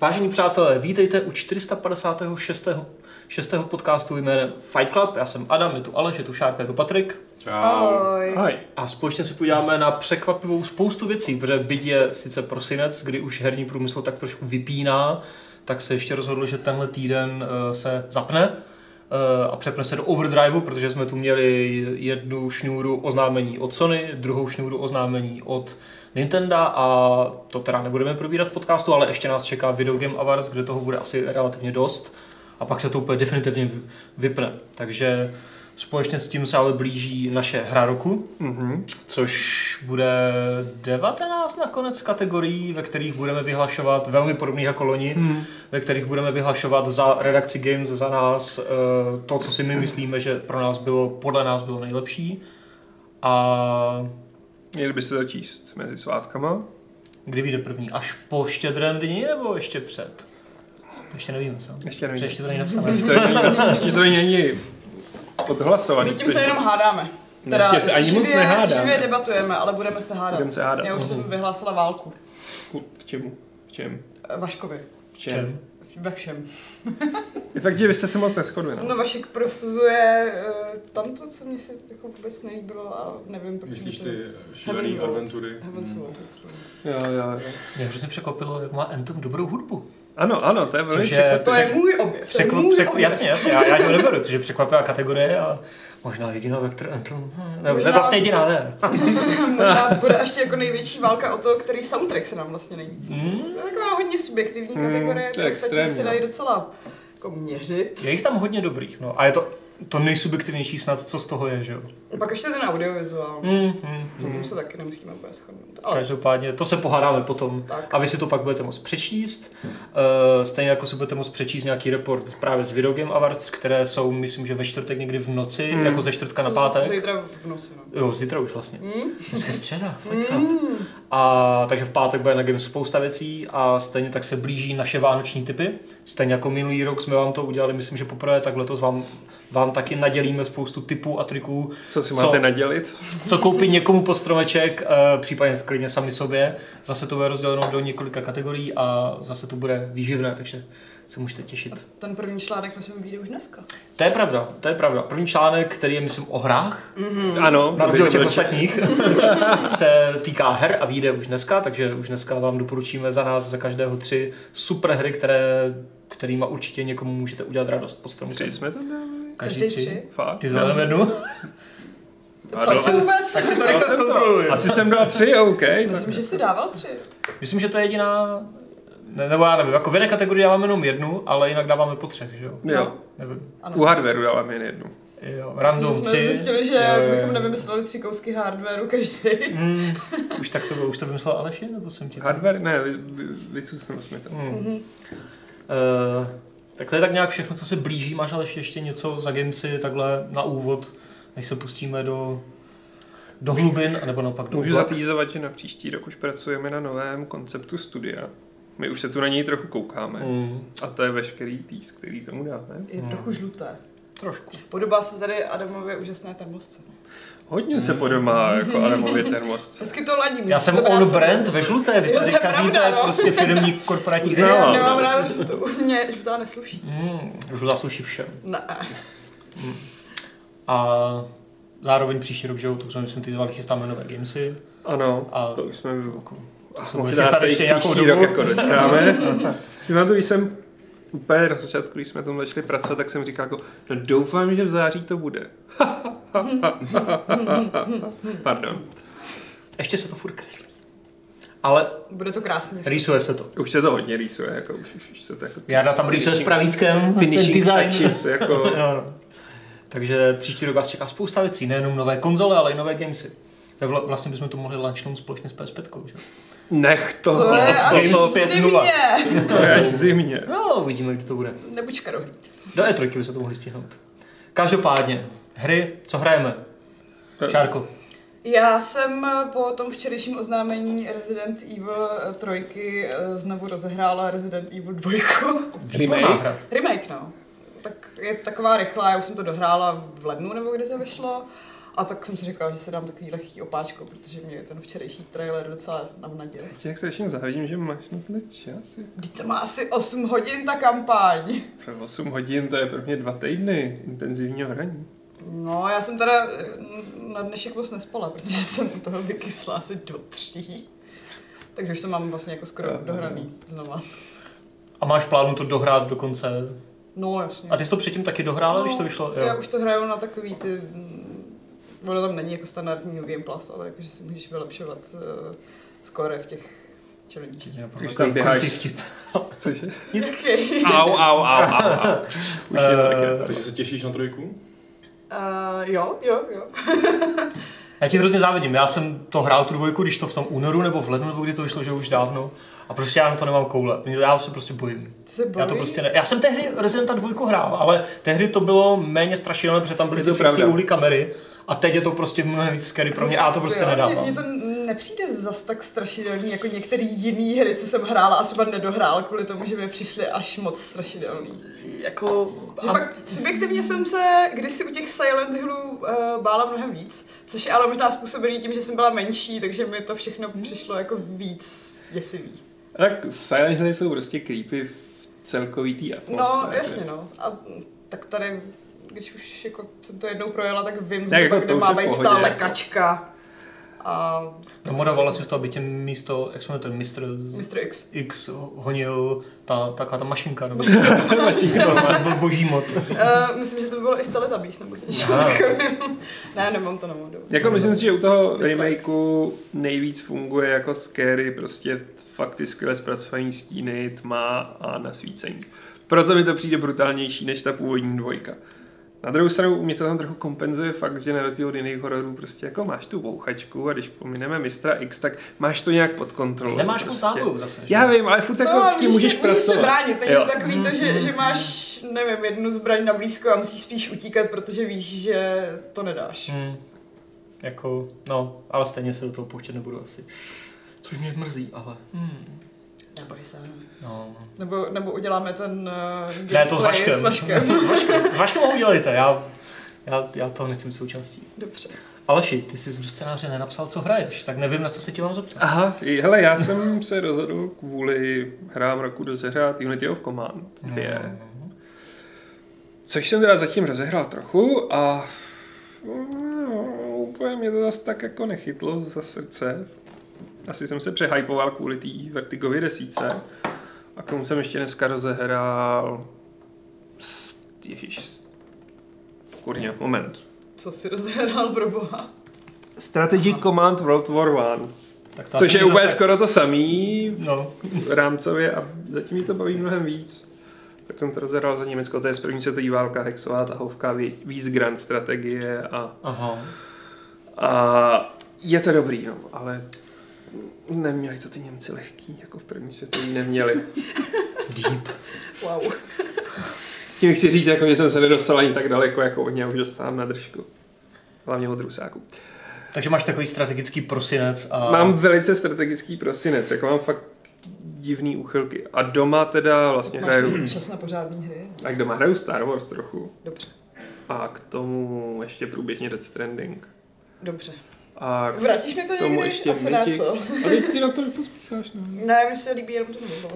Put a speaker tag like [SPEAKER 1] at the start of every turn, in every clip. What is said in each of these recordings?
[SPEAKER 1] Vážení přátelé, vítejte u 456. šestého podcastu jménem Fight Club. Já jsem Adam, je tu Aleš, je tu Šárka, je tu Patrik.
[SPEAKER 2] Ahoj.
[SPEAKER 3] Ahoj.
[SPEAKER 1] A společně si podíváme na překvapivou spoustu věcí, protože byť je sice prosinec, kdy už herní průmysl tak trošku vypíná, tak se ještě rozhodl, že tenhle týden eh, se zapne eh, a přepne se do overdriveu, protože jsme tu měli jednu šňůru oznámení od Sony, druhou šňůru oznámení od Nintendo a to teda nebudeme probírat v podcastu, ale ještě nás čeká Video Game Awards, kde toho bude asi relativně dost a pak se to úplně definitivně vy- vypne. Takže společně s tím se ale blíží naše hra roku,
[SPEAKER 3] Mhm.
[SPEAKER 1] což bude 19 nakonec kategorií, ve kterých budeme vyhlašovat, velmi podobných jako loni,
[SPEAKER 3] Mhm.
[SPEAKER 1] ve kterých budeme vyhlašovat za redakci Games, za nás, eh, to, co si my myslíme, že pro nás bylo, podle nás bylo nejlepší. A
[SPEAKER 3] Měli byste to číst mezi svátkama.
[SPEAKER 1] kdy vyjde první? Až po štědrém dni nebo ještě před? To ještě nevíme, co?
[SPEAKER 3] Ještě
[SPEAKER 1] Protože
[SPEAKER 3] nevím.
[SPEAKER 1] ještě to není napsané.
[SPEAKER 3] Ještě to není- ještě to není odhlasovaný.
[SPEAKER 2] Zatím se jenom hádáme. Teda
[SPEAKER 3] ještě se ani moc
[SPEAKER 2] živě,
[SPEAKER 3] nehádáme.
[SPEAKER 2] živě debatujeme, ale budeme se hádat.
[SPEAKER 3] Budeme se hádat. no.
[SPEAKER 2] Já už jsem vyhlásila válku.
[SPEAKER 3] Ku- K čemu? V čem?
[SPEAKER 2] Eh, Vaškovi.
[SPEAKER 3] V čem?
[SPEAKER 2] Ve všem.
[SPEAKER 3] Je fakt, že vy jste se moc neschodli. No.
[SPEAKER 2] No Vašek prosazuje eh, tamto, co mě se jako vůbec nelíbilo a nevím, proč
[SPEAKER 4] Myslíš
[SPEAKER 2] mi
[SPEAKER 4] ty eh, šílený
[SPEAKER 2] Heaven's World.
[SPEAKER 4] adventury?
[SPEAKER 2] Heaven's World, jasně.
[SPEAKER 3] Jo, jo, jo.
[SPEAKER 1] Mě hrozně překvapilo, jak má Anthem dobrou hudbu.
[SPEAKER 3] Ano, ano, to je velmi
[SPEAKER 1] Což je-
[SPEAKER 3] překvapivý.
[SPEAKER 2] To je můj objev. To je
[SPEAKER 1] Překvap,
[SPEAKER 2] můj
[SPEAKER 1] překvap,
[SPEAKER 2] objev.
[SPEAKER 1] jasně, jasně, já, já to neberu, což je překvapivá kategorie a možná jediná, ve které Anthem, ne, ne,
[SPEAKER 2] Možná-
[SPEAKER 1] vlastně jediná, ne.
[SPEAKER 2] Možná bude ještě jako největší válka o to, který soundtrack se nám vlastně nejvíc.
[SPEAKER 1] Hmm?
[SPEAKER 2] To je taková hodně subjektivní
[SPEAKER 3] Hmm,
[SPEAKER 2] kategorie,
[SPEAKER 3] to
[SPEAKER 2] to
[SPEAKER 3] je
[SPEAKER 2] ostatní se
[SPEAKER 3] extrémní,
[SPEAKER 2] dají
[SPEAKER 3] no.
[SPEAKER 2] docela jako měřit.
[SPEAKER 1] Je jich tam hodně dobrých, no a je to to nejsubjektivnější snad, co z toho je, že jo.
[SPEAKER 2] Pak ještě ten audiovizuál.
[SPEAKER 1] Mm, mm,
[SPEAKER 2] Na
[SPEAKER 3] Hmm.
[SPEAKER 2] tom
[SPEAKER 1] mm.
[SPEAKER 2] se taky nemusíme úplně shodnout. Ale
[SPEAKER 1] Každopádně, to se pohádáme potom.
[SPEAKER 2] tak.
[SPEAKER 1] A vy si to pak budete moct přečíst, Eh, stejně jako si budete moct přečíst nějaký report právě z Video Game Awards, které jsou, myslím, že ve čtvrtek někdy v noci,
[SPEAKER 3] Hmm.
[SPEAKER 1] jako ze čtvrtka na
[SPEAKER 2] Jsou
[SPEAKER 1] pátek.
[SPEAKER 2] Zítra v noci, no.
[SPEAKER 1] Jo, zítra už vlastně.
[SPEAKER 2] Hmm?
[SPEAKER 1] Dneska je středa, Fight Club. A takže v pátek bude na Games spousta věcí a stejně tak se blíží naše vánoční typy. Stejně jako minulý rok jsme vám to udělali, myslím, že poprvé, tak letos vám, vám taky nadělíme spoustu tipů a triků,
[SPEAKER 3] Co si
[SPEAKER 1] Co?
[SPEAKER 3] máte nadělit?
[SPEAKER 1] co koupit někomu pod stromeček, eh, případně klidně sami sobě. Zase to bude rozděleno do několika kategorií a zase to bude výživné, takže se můžete těšit.
[SPEAKER 2] A ten první článek, myslím, vyjde už dneska.
[SPEAKER 1] To je pravda, to je pravda. První článek, který je, myslím, o hrách,
[SPEAKER 2] Hmm.
[SPEAKER 3] Ano.
[SPEAKER 1] na rozdíl od těch
[SPEAKER 3] protože to byl
[SPEAKER 1] ostatních, se týká her a vyjde už dneska, takže už dneska vám doporučíme za nás, za každého tři super hry, které, kterýma určitě někomu můžete udělat radost pod
[SPEAKER 3] č-
[SPEAKER 1] stromkem.
[SPEAKER 3] Tři jsme tam dávali?
[SPEAKER 1] Každý tři.
[SPEAKER 3] Fakt?
[SPEAKER 1] Ty
[SPEAKER 3] Já jsem-
[SPEAKER 1] zelené jednu?
[SPEAKER 2] Psal jsem vůbec?
[SPEAKER 1] Tak si to
[SPEAKER 3] Já
[SPEAKER 1] rychle
[SPEAKER 3] jsem to-
[SPEAKER 1] zkontroluji.
[SPEAKER 3] Asi jsem dal tři, OK.
[SPEAKER 2] Myslím, že si dával tři.
[SPEAKER 1] Myslím, že to je jediná... Ne, nebo já nevím, jako v jedné kategorii dáváme jenom jednu, ale jinak dáváme po třech, že jo?
[SPEAKER 3] Jo.
[SPEAKER 1] Nevím.
[SPEAKER 3] U hardwareu dávám jen jednu.
[SPEAKER 1] Jo,
[SPEAKER 2] Protože
[SPEAKER 1] random
[SPEAKER 2] jsme
[SPEAKER 1] tři.
[SPEAKER 2] zjistili, že
[SPEAKER 1] Jo, jo, jo.
[SPEAKER 2] bychom nevymysleli tři kousky hardwareu každý.
[SPEAKER 1] Mm, už tak to bylo, už to vymyslel Aleši, nebo jsem ti to...
[SPEAKER 3] Hardware? Ne, vy- vy- vycucnul jsme to.
[SPEAKER 1] Mm.
[SPEAKER 2] Mhm.
[SPEAKER 1] Eh, tak to je tak nějak všechno, co se blíží. Máš ale ještě něco za Gamesy takhle na úvod, než se pustíme do, do hlubin, nebo naopak do
[SPEAKER 3] Můžu
[SPEAKER 1] oblak?
[SPEAKER 3] zatýzovat, že na příští rok už pracujeme na novém konceptu studia. My už se tu na něj trochu koukáme.
[SPEAKER 1] Mm,
[SPEAKER 3] A to je veškerý týs, který tomu dáme.
[SPEAKER 1] Mhm.
[SPEAKER 2] Je trochu žluté.
[SPEAKER 1] trošku.
[SPEAKER 2] Podobá se tady Adamově úžasné termosce.
[SPEAKER 3] Hodně se podobá jako Adamově termosce.
[SPEAKER 2] Hezky to ladím.
[SPEAKER 1] Já jsem
[SPEAKER 2] Dobrá
[SPEAKER 1] on
[SPEAKER 2] cena.
[SPEAKER 1] brand ve žluté, vy
[SPEAKER 2] Jo, to
[SPEAKER 1] tady
[SPEAKER 2] je
[SPEAKER 1] kazíte
[SPEAKER 2] pravda, no.
[SPEAKER 1] prostě firmní korporátní
[SPEAKER 3] No.
[SPEAKER 2] Já
[SPEAKER 1] no.
[SPEAKER 2] nemám ráda žlutou. Mně žlutá nesluší.
[SPEAKER 1] mm, Žlutá sluší všem.
[SPEAKER 2] Ne.
[SPEAKER 1] A zároveň příští rok, že jo, to jsme myslím ty dva chystáme nové Gamesy.
[SPEAKER 3] Ano,
[SPEAKER 1] A
[SPEAKER 3] to už jsme v
[SPEAKER 1] to se bude
[SPEAKER 3] Možná
[SPEAKER 1] chystat
[SPEAKER 3] se
[SPEAKER 1] ještě
[SPEAKER 3] ještě
[SPEAKER 1] nějakou
[SPEAKER 3] příští
[SPEAKER 1] dobu.
[SPEAKER 3] rok jako dočkáme. si pamatuju, když jsem úplně na začátku, když jsme tam začali pracovat, tak jsem říkal jako, no doufám, že v září to bude. Pardon,
[SPEAKER 1] Ještě se to furt kreslí. Ale
[SPEAKER 2] Bude to krásně.
[SPEAKER 1] rýsuje se to.
[SPEAKER 3] už se to hodně rýsuje, jako už, už, už se to jako...
[SPEAKER 1] Jarda tam rýsuje s pravítkem, ten
[SPEAKER 3] Finishing
[SPEAKER 1] design.
[SPEAKER 3] touches, jako...
[SPEAKER 1] Jo, no. Takže příští rok vás čeká spousta věcí, nejenom nové konzole, ale i nové gamesy. Ve vla- Vlastně bychom to mohli launchnout společně s PS5, že?
[SPEAKER 3] Nech to,
[SPEAKER 2] To je až
[SPEAKER 1] Games 5.0.
[SPEAKER 2] zimně.
[SPEAKER 3] to je až zimně.
[SPEAKER 1] No, uvidíme, kdy to bude.
[SPEAKER 2] Nebuď karohlíd.
[SPEAKER 1] Do E3 by se to mohli stihnout. Každopádně, hry, co hrajeme?
[SPEAKER 3] Eh,
[SPEAKER 1] Šárko,
[SPEAKER 2] Já jsem eh, po tom včerejším oznámení Resident Evil 3 eh, znovu rozehrála Resident Evil 2.
[SPEAKER 1] výborná
[SPEAKER 3] Remake?
[SPEAKER 1] hra.
[SPEAKER 2] Remake, no. tak je taková rychlá, já už jsem to dohrála v lednu nebo kde se vyšlo. A tak jsem si říkala, že se dám takový lehký opáčko, protože mě ten včerejší trailer docela navnadil.
[SPEAKER 3] Ti jak strašně závidím, že máš na tenhle čas. jako.
[SPEAKER 2] Vždyť to má asi 8 hodin ta kampaň.
[SPEAKER 3] Pro 8 hodin to je pro mě dva týdny intenzivního hraní.
[SPEAKER 2] No, já jsem teda eh, na dnešek moc nespala, protože jsem u toho vykysla asi do tří. Takže už to mám vlastně jako skoro
[SPEAKER 3] Aha.
[SPEAKER 2] dohraný znova.
[SPEAKER 1] A máš plánu to dohrát dokonce?
[SPEAKER 2] No, jasně.
[SPEAKER 1] A ty jsi to předtím taky dohrála,
[SPEAKER 2] No,
[SPEAKER 1] když to vyšlo?
[SPEAKER 2] Já už to hraju na takový ty... mm, Ono tam není jako standardní New Game Plus, ale jakože si můžeš vylepšovat uh, skóre v těch challenge.
[SPEAKER 3] Když tam běháš. Cože?
[SPEAKER 2] Okay.
[SPEAKER 3] Au, au, au, au, au. Už je to taky.
[SPEAKER 1] Eh,
[SPEAKER 4] Takže se těšíš na trojku?
[SPEAKER 2] Uh, jo, jo, jo.
[SPEAKER 1] Já ti hrozně závidím, já jsem to hrál tu dvojku, když to v tom únoru nebo v lednu, nebo kdy to vyšlo, že už dávno. A prostě já na to nemám koule, já se prostě bojím.
[SPEAKER 2] Ty se bojíš?
[SPEAKER 1] Já to prostě ne. Já jsem tehdy Residenta 2 hrál, ale tehdy to bylo méně strašidelné, protože tam byly
[SPEAKER 3] Je to
[SPEAKER 1] ty fixní
[SPEAKER 3] pravda.
[SPEAKER 1] uhlí kamery a teď je to prostě mnohem víc scary pro mě a já to prostě
[SPEAKER 2] Jo,
[SPEAKER 1] nedávám.
[SPEAKER 2] Mně mně to nepřijde zas tak strašidelný jako některé jiné hry, co jsem hrála a třeba nedohrála kvůli tomu, že mi přišly až moc strašidelný.
[SPEAKER 1] Jako...
[SPEAKER 2] Že
[SPEAKER 1] A,
[SPEAKER 2] fakt subjektivně jsem se kdysi u těch Silent Hillů uh, bála mnohem víc, což je ale možná způsobený tím, že jsem byla menší, takže mi to všechno
[SPEAKER 3] Hmm.
[SPEAKER 2] přišlo jako víc děsivý.
[SPEAKER 3] Tak Silent Hill jsou prostě creepy v celkový té atmosféře.
[SPEAKER 2] No, jasně no. A tak tady, když už jako jsem to jednou projela, tak vím,
[SPEAKER 3] Tak
[SPEAKER 2] zhruba,
[SPEAKER 3] jako
[SPEAKER 2] kde
[SPEAKER 3] to už
[SPEAKER 2] má
[SPEAKER 3] je v
[SPEAKER 2] být
[SPEAKER 3] pohodě,
[SPEAKER 2] ta
[SPEAKER 3] jako.
[SPEAKER 2] lekačka. A
[SPEAKER 1] tam modovala si z toho, aby tě místo, jak se jmenuje ten mistr z-
[SPEAKER 2] Mr. X.
[SPEAKER 1] X honil ta, taká ta mašinka, nebo
[SPEAKER 2] Mašinka.
[SPEAKER 1] to byl boží mod.
[SPEAKER 2] Eh, myslím, že to by bylo i Steleta Beast, nebo se něčím
[SPEAKER 1] Aha.
[SPEAKER 2] takovým. Ne, nemám to na modu.
[SPEAKER 3] Jako myslím si, že u toho
[SPEAKER 2] Dislike.
[SPEAKER 3] remakeu nejvíc funguje jako scary, prostě fakt ty skvěle zpracovaný stíny, tma a nasvícení. Proto mi to přijde brutálnější než ta původní dvojka. Na druhou stranu mě to tam trochu kompenzuje fakt, že na rozdíl od jiných hororů prostě jako máš tu bouchačku a když pomineme mistra X, tak máš to nějak pod kontrolou.
[SPEAKER 1] Nemáš moc
[SPEAKER 3] prostě.
[SPEAKER 1] nábojů zase. že?
[SPEAKER 3] Já vím, ale furt jako s tím můžeš
[SPEAKER 2] se, No, můžeš se
[SPEAKER 3] pracovat.
[SPEAKER 2] bránit, není
[SPEAKER 3] Jo.
[SPEAKER 2] to takový to, že, že máš, nevím, jednu zbraň na blízko a musíš spíš utíkat, protože víš, že to nedáš.
[SPEAKER 1] Hmm. Jako, no, ale stejně se do toho pouštět nebudu asi. Což mě mrzí, ale... Hmm.
[SPEAKER 2] Neboj se.
[SPEAKER 1] No.
[SPEAKER 2] Nebo, nebo uděláme ten uh,
[SPEAKER 1] Ne, to s
[SPEAKER 2] gameplay
[SPEAKER 1] Vaškem.
[SPEAKER 2] s Vaškem.
[SPEAKER 1] S Vaškem- S Vaškem ho udělejte, já, já, já toho nechci být součástí.
[SPEAKER 2] Dobře.
[SPEAKER 1] Aleši, ty jsi do scénáře nenapsal, co hraješ, tak nevím, na co se ti mám zeptat.
[SPEAKER 3] Aha, i- hele, já jsem se rozhodl kvůli hrám roku dozehrát Unity of Command 2.
[SPEAKER 2] No.
[SPEAKER 1] No.
[SPEAKER 3] Což jsem teda zatím rozehrál trochu a no, úplně mě to zase tak jako nechytlo za srdce. Asi jsem se přehypoval kvůli té Vertigově desíce. A k tomu jsem ještě dneska rozehrál... Ježíš. Kurňa, moment.
[SPEAKER 2] Co si rozhrál pro boha?
[SPEAKER 3] Strategic Command World War One.
[SPEAKER 1] Tak to
[SPEAKER 3] Což
[SPEAKER 1] asi
[SPEAKER 3] je
[SPEAKER 1] není
[SPEAKER 3] úplně
[SPEAKER 1] zas tak-
[SPEAKER 3] skoro to samý,
[SPEAKER 1] No,
[SPEAKER 3] rámcově a zatím mě to baví mnohem víc. Tak jsem to rozehrál za Německo, to je z první světové válka, hexová tahovka, vě- víc grand strategie a,
[SPEAKER 1] aha.
[SPEAKER 3] a je to dobrý, no, ale neměli to ty Němci lehký, jako v první světové neměli.
[SPEAKER 1] Deep.
[SPEAKER 2] Wow.
[SPEAKER 3] Tím chci říct, jako, že jsem se nedostal ani tak daleko, jako od něj už dostávám na držku. Hlavně od Rusáku.
[SPEAKER 1] Takže máš takový strategický prosinec a...
[SPEAKER 3] Mám velice strategický prosinec, jako mám fakt divný úchylky. A doma teda vlastně
[SPEAKER 2] Máš
[SPEAKER 3] hraju,
[SPEAKER 2] čas na pořádný hry?
[SPEAKER 3] tak doma hraju Star Wars trochu.
[SPEAKER 2] Dobře.
[SPEAKER 3] A k tomu ještě průběžně Death Stranding.
[SPEAKER 2] Dobře.
[SPEAKER 3] A k...
[SPEAKER 2] Vrátíš mi to
[SPEAKER 3] Tomu
[SPEAKER 2] někdy?
[SPEAKER 3] ještě
[SPEAKER 2] Asi na
[SPEAKER 3] vnitř.
[SPEAKER 2] co?
[SPEAKER 3] Ale ty na to nepospícháš, no.
[SPEAKER 2] Ne, mi se líbí jenom to mluvilo.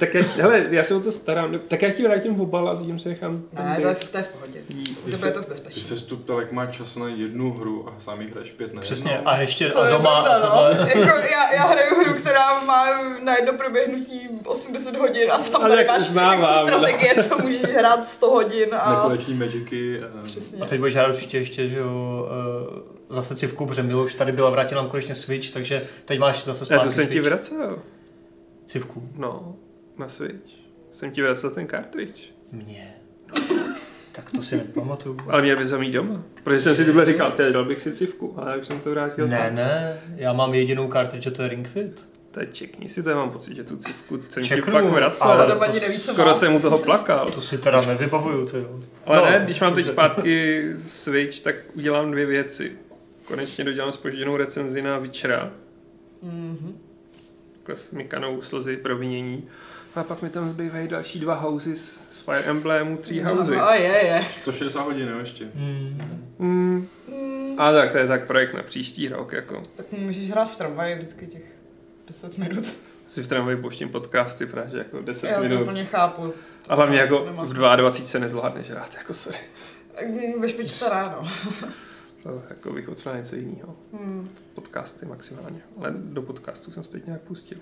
[SPEAKER 3] Tak já, hele, já se o to starám. Tak já ti vrátím obal a zatím se nechám ten
[SPEAKER 2] Ne, to je,
[SPEAKER 3] dech.
[SPEAKER 2] v- to je v pohodě.
[SPEAKER 3] jít.
[SPEAKER 4] Ty
[SPEAKER 2] To
[SPEAKER 4] se-
[SPEAKER 2] bude to v bezpečí.
[SPEAKER 4] Ty se stuptal, jak má čas na jednu hru a sám jí hraješ pět, ne? No.
[SPEAKER 1] Přesně, a ještě
[SPEAKER 2] No. To
[SPEAKER 1] a
[SPEAKER 2] je
[SPEAKER 1] doma a
[SPEAKER 2] pravda,
[SPEAKER 1] tohle.
[SPEAKER 2] no. jako, já, já hraju hru, která má na jedno proběhnutí 80 hodin a sám
[SPEAKER 3] Ale
[SPEAKER 2] tady
[SPEAKER 3] jak
[SPEAKER 2] máš
[SPEAKER 3] uznávám,
[SPEAKER 2] jako
[SPEAKER 3] no.
[SPEAKER 2] strategie, co můžeš hrát 100 hodin a...
[SPEAKER 4] Nekoneční Magicy. eh,
[SPEAKER 2] Přesně.
[SPEAKER 1] A teď budeš hrát určitě ještě, že jo, eh, zase civku, protože Miloš tady byla, vrátila nám konečně Switch, takže teď máš zase
[SPEAKER 3] Já
[SPEAKER 1] zpátky
[SPEAKER 3] to jsem ti
[SPEAKER 1] Switch.
[SPEAKER 3] vracel.
[SPEAKER 1] Civku.
[SPEAKER 3] No, na Switch. Jsem ti vracel ten cartridge.
[SPEAKER 1] Mně. tak to si nepamatuju.
[SPEAKER 3] Ale měl bys ho mít doma. Protože jsem si tyhle říkal, ty dal bych si civku, ale já už jsem to vrátil.
[SPEAKER 1] Ne,
[SPEAKER 3] tam.
[SPEAKER 1] ne, já mám jedinou kartu, že to je Ring Fit.
[SPEAKER 3] Tak čekni si to, já mám pocit, že tu civku jsem ti
[SPEAKER 1] Čeknu,
[SPEAKER 3] fakt vracel.
[SPEAKER 1] ale
[SPEAKER 2] Ale
[SPEAKER 1] to
[SPEAKER 2] doma ani neví, co
[SPEAKER 3] Skoro
[SPEAKER 2] má.
[SPEAKER 3] jsem u toho plakal.
[SPEAKER 1] To si teda nevybavuju, ty jo.
[SPEAKER 3] Ale
[SPEAKER 1] No,
[SPEAKER 3] no, ne, když mám teď
[SPEAKER 1] dobře.
[SPEAKER 3] zpátky Switch, tak udělám dvě věci. Konečně dodělám spožděnou recenzi na Witchera,
[SPEAKER 2] Mhm.
[SPEAKER 3] klas- Mikanou slzy provinění. A pak mi tam zbývají další dva houses z Fire Emblemu, Three houses.
[SPEAKER 2] No, je, je.
[SPEAKER 4] Co 60 hodin, jo, no, ještě.
[SPEAKER 1] Hmm.
[SPEAKER 3] Mm.
[SPEAKER 2] Mm,
[SPEAKER 3] A tak to je tak projekt na příští rok, jako.
[SPEAKER 2] tak můžeš hrát v tramvaji vždycky těch 10 minut.
[SPEAKER 3] Si v tramvaji pouštím podcasty, protože jako 10
[SPEAKER 2] Já to
[SPEAKER 3] minut.
[SPEAKER 2] úplně chápu.
[SPEAKER 3] A hlavně jako
[SPEAKER 2] Nemá
[SPEAKER 3] v
[SPEAKER 2] smysl.
[SPEAKER 3] 22 se nezvládneš hrát, jako sorry.
[SPEAKER 2] Mm, Ve špičce ráno.
[SPEAKER 3] To jako bych potřeboval něco jiného.
[SPEAKER 2] Hmm.
[SPEAKER 3] Podcasty maximálně. Ale do podcastu jsem se teď nějak pustil.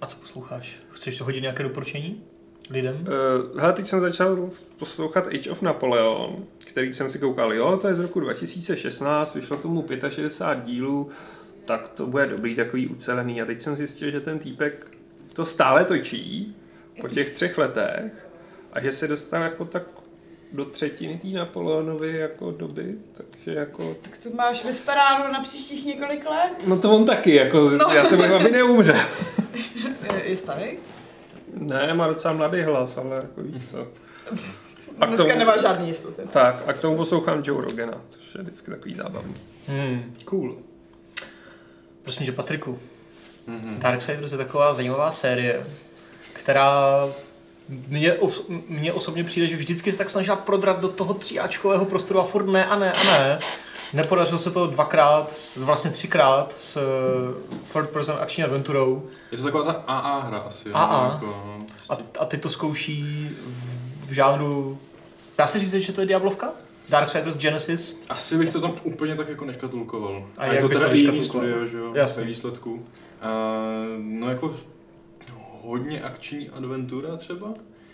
[SPEAKER 1] A co posloucháš? Chceš to hodit nějaké doporučení lidem?
[SPEAKER 3] Uh, hele, teď jsem začal poslouchat Age of Napoleon, který jsem si koukal, jo, to je z roku 2016, vyšlo tomu 65 dílů, tak to bude dobrý, takový ucelený. A teď jsem zjistil, že ten týpek to stále točí po těch třech letech a že se dostal jako tak do třetiny té Napoleonovy jako doby, takže jako...
[SPEAKER 2] Tak to máš vystaráno na příštích několik let?
[SPEAKER 3] No to on taky, jako no. já jsem jako, aby neumřel.
[SPEAKER 2] Je, je starý?
[SPEAKER 3] Ne, má docela mladý hlas, ale jako víš co. A k
[SPEAKER 2] Dneska
[SPEAKER 3] tomu-
[SPEAKER 2] nemá žádný jistoty.
[SPEAKER 3] Tak, a k tomu poslouchám Joe Rogana, což je vždycky takový zábavný.
[SPEAKER 1] Hmm.
[SPEAKER 3] Cool.
[SPEAKER 1] Prosím tě, Patriku,
[SPEAKER 4] Mhm.
[SPEAKER 1] Darksiders je taková zajímavá série, která mně, os- mně osobně přijde, že vždycky se tak snažila prodrat do toho tříáčkového prostoru a furt ne a ne a ne. Nepodařilo se to dvakrát, s- vlastně třikrát s eh, third person action adventurou
[SPEAKER 4] Je to taková ta AA hra asi, jo,
[SPEAKER 1] AA.
[SPEAKER 4] Jako, no, prostě.
[SPEAKER 1] a, a teď to zkouší v, v žánru, dá se říct, že to je Diablovka? Darksiders Genesis?
[SPEAKER 4] Asi bych to tam úplně tak jako neškatulkoval.
[SPEAKER 1] A
[SPEAKER 4] A, je
[SPEAKER 1] jak
[SPEAKER 4] to
[SPEAKER 1] bys
[SPEAKER 4] teda
[SPEAKER 1] to
[SPEAKER 4] i jiný
[SPEAKER 1] neškatulkoval?
[SPEAKER 4] studio, že jo,
[SPEAKER 1] Jasně.
[SPEAKER 4] ve výsledku. Uh, no jako hodně akční adventura třeba.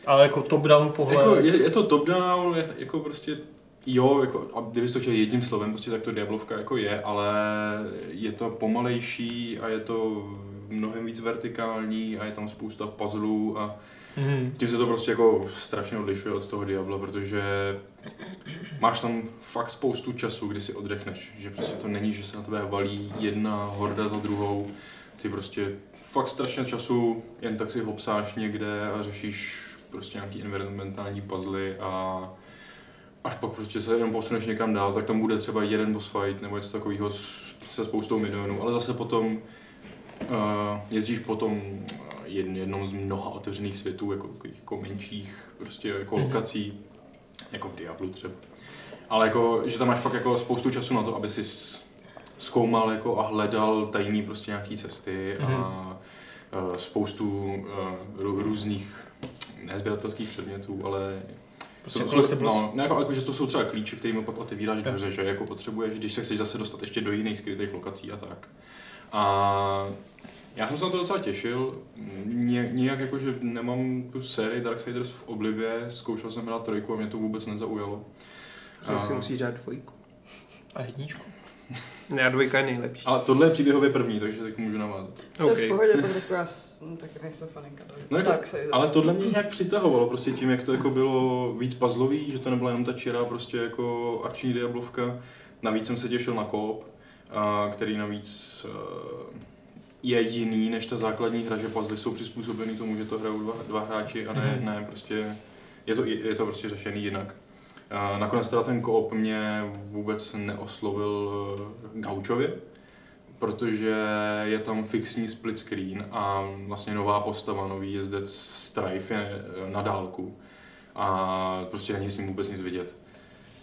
[SPEAKER 1] Ale jako top-down pohled.
[SPEAKER 4] Jako, je, je, to top down, je, to- jako prostě Jo, jako, a kdybys to chtěl jedním slovem, prostě tak to Diablovka jako je, ale je to pomalejší a je to mnohem víc vertikální a je tam spousta puzzlů a
[SPEAKER 1] Mhm.
[SPEAKER 4] Tím se to prostě jako strašně odlišuje od toho Diabla, protože máš tam fakt spoustu času, kdy si odechneš. Že prostě to není, že se na tebe valí jedna horda za druhou. Ty prostě fakt strašně času jen tak si hopsáš někde a řešíš prostě nějaký environmentální puzzly a až pak prostě se jenom posuneš někam dál, tak tam bude třeba jeden boss fight nebo něco takového s- se spoustou milionů, ale zase potom Uh, jezdíš potom jedn, jednou z mnoha otevřených světů, jako, takových jako menších prostě jako
[SPEAKER 1] Mhm.
[SPEAKER 4] lokací, jako v Diablu třeba. Ale jako, že tam máš fakt jako spoustu času na to, aby si zkoumal jako a hledal tajný prostě nějaký cesty
[SPEAKER 1] Mhm.
[SPEAKER 4] a uh, spoustu uh, rů, různých nezběratelských předmětů, ale
[SPEAKER 1] Prostě
[SPEAKER 4] to, to,
[SPEAKER 1] collectibles.
[SPEAKER 4] no, ne, jako, jako, že to jsou třeba klíče, kterými pak otevíráš dveře, že jako potřebuješ, když se chceš zase dostat ještě do jiných skrytých lokací a tak. A já jsem se na to docela těšil, Ně, nějak jako, že nemám tu sérii Darksiders v oblivě, zkoušel jsem hrát trojku a mě to vůbec nezaujalo.
[SPEAKER 3] Že si
[SPEAKER 4] A-
[SPEAKER 3] musí dát dvojku.
[SPEAKER 1] A jedničku.
[SPEAKER 3] Ne, a dvojka je nejlepší.
[SPEAKER 4] Ale tohle je příběhově první, takže tak můžu navázat.
[SPEAKER 2] To je v pohodě, protože já s- no, taky nejsem faninka.
[SPEAKER 4] No jako,
[SPEAKER 2] tak se
[SPEAKER 4] Ale tohle mě nějak přitahovalo, prostě tím, jak to jako bylo víc puzzlový, že to nebyla jenom ta čirá prostě jako akční diablovka. Navíc jsem se těšil na koop, a který navíc eh, je jiný než ta základní hra, že puzzly jsou přizpůsobeny tomu, že to hrajou dva, dva hráči a ne,
[SPEAKER 1] Mhm.
[SPEAKER 4] ne prostě, je to, je to prostě řešený jinak. A nakonec teda ten koop mě vůbec neoslovil eh, gaučově, protože je tam fixní split screen a vlastně nová postava, nový jezdec Strife je eh, na dálku a prostě není s ním vůbec nic vidět.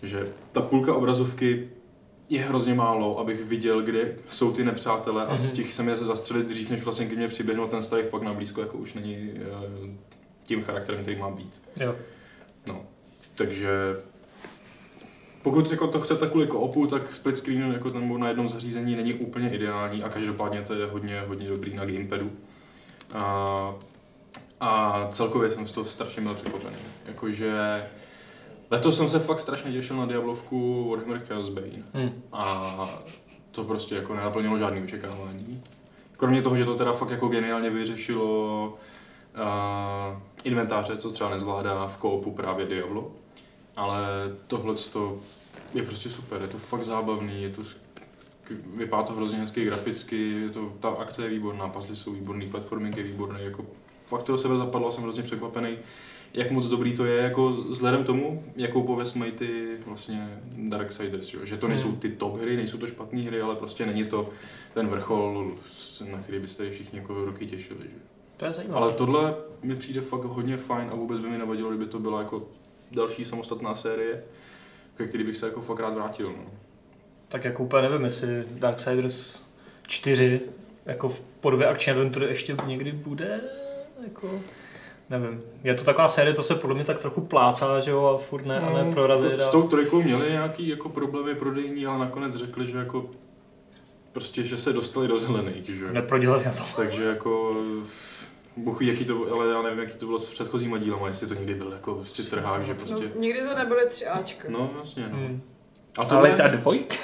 [SPEAKER 4] Že ta půlka obrazovky je hrozně málo, abych viděl, kde jsou ty nepřátelé a z
[SPEAKER 1] Mhm.
[SPEAKER 4] těch jsem je zastřelit dřív, než vlastně ke mně přiběhnul ten Strife, pak na blízko jako už není eh, tím charakterem, který má být.
[SPEAKER 1] Jo.
[SPEAKER 4] Takže pokud jako to chcete kvůli koopu, tak split screen jako ten bod na jednom zařízení není úplně ideální a každopádně to je hodně, hodně dobrý na gamepadu. A, a celkově jsem z toho strašně byl překvapený. Jakože letos jsem se fakt strašně těšil na Diablovku Warhammer Chaos Bane
[SPEAKER 1] Hmm.
[SPEAKER 4] a to prostě jako nenaplnilo žádný očekávání. Kromě toho, že to teda fakt jako geniálně vyřešilo uh, inventáře, co třeba nezvládá v koupu právě Diablo, ale tohle je prostě super, je to fakt zábavný, je to sk- vypadá to hrozně hezky graficky, je to, ta akce je výborná, puzzle jsou výborný, platforming je výborný, jako fakt to do sebe zapadlo, jsem hrozně překvapený, jak moc dobrý to je, jako vzhledem tomu, jakou pověst mají ty vlastně Darksiders, jo? že to nejsou ty top hry, nejsou to špatné hry, ale prostě není to ten vrchol, na který byste je všichni jako roky těšili. Že?
[SPEAKER 1] To je zajímavé.
[SPEAKER 4] Ale tohle mi přijde fakt hodně fajn a vůbec by mi nevadilo, kdyby to byla jako další samostatná série, ke který bych se jako fakt rád vrátil. No.
[SPEAKER 1] Tak jako úplně nevím, jestli Darksiders 4 jako v podobě akční adventury ještě někdy bude, jako nevím. Je to taková série, co se podle mě tak trochu plácá, že jo, a furt ne, a ne prorazí
[SPEAKER 4] Jako S tou trojkou měli nějaký jako problémy prodejní, ale nakonec řekli, že jako prostě, že se dostali do zelených, že jo.
[SPEAKER 1] Neprodělali na to.
[SPEAKER 4] Takže jako Bůh ví, jaký to, ale já nevím, jaký to bylo s předchozíma dílama, jestli to někdy byl jako prostě trhák, že
[SPEAKER 2] No,
[SPEAKER 4] prostě,
[SPEAKER 2] nikdy to nebyly tři Ačka.
[SPEAKER 4] no jasně, no.
[SPEAKER 1] Hmm.
[SPEAKER 4] A to
[SPEAKER 3] Ale ta dvojka,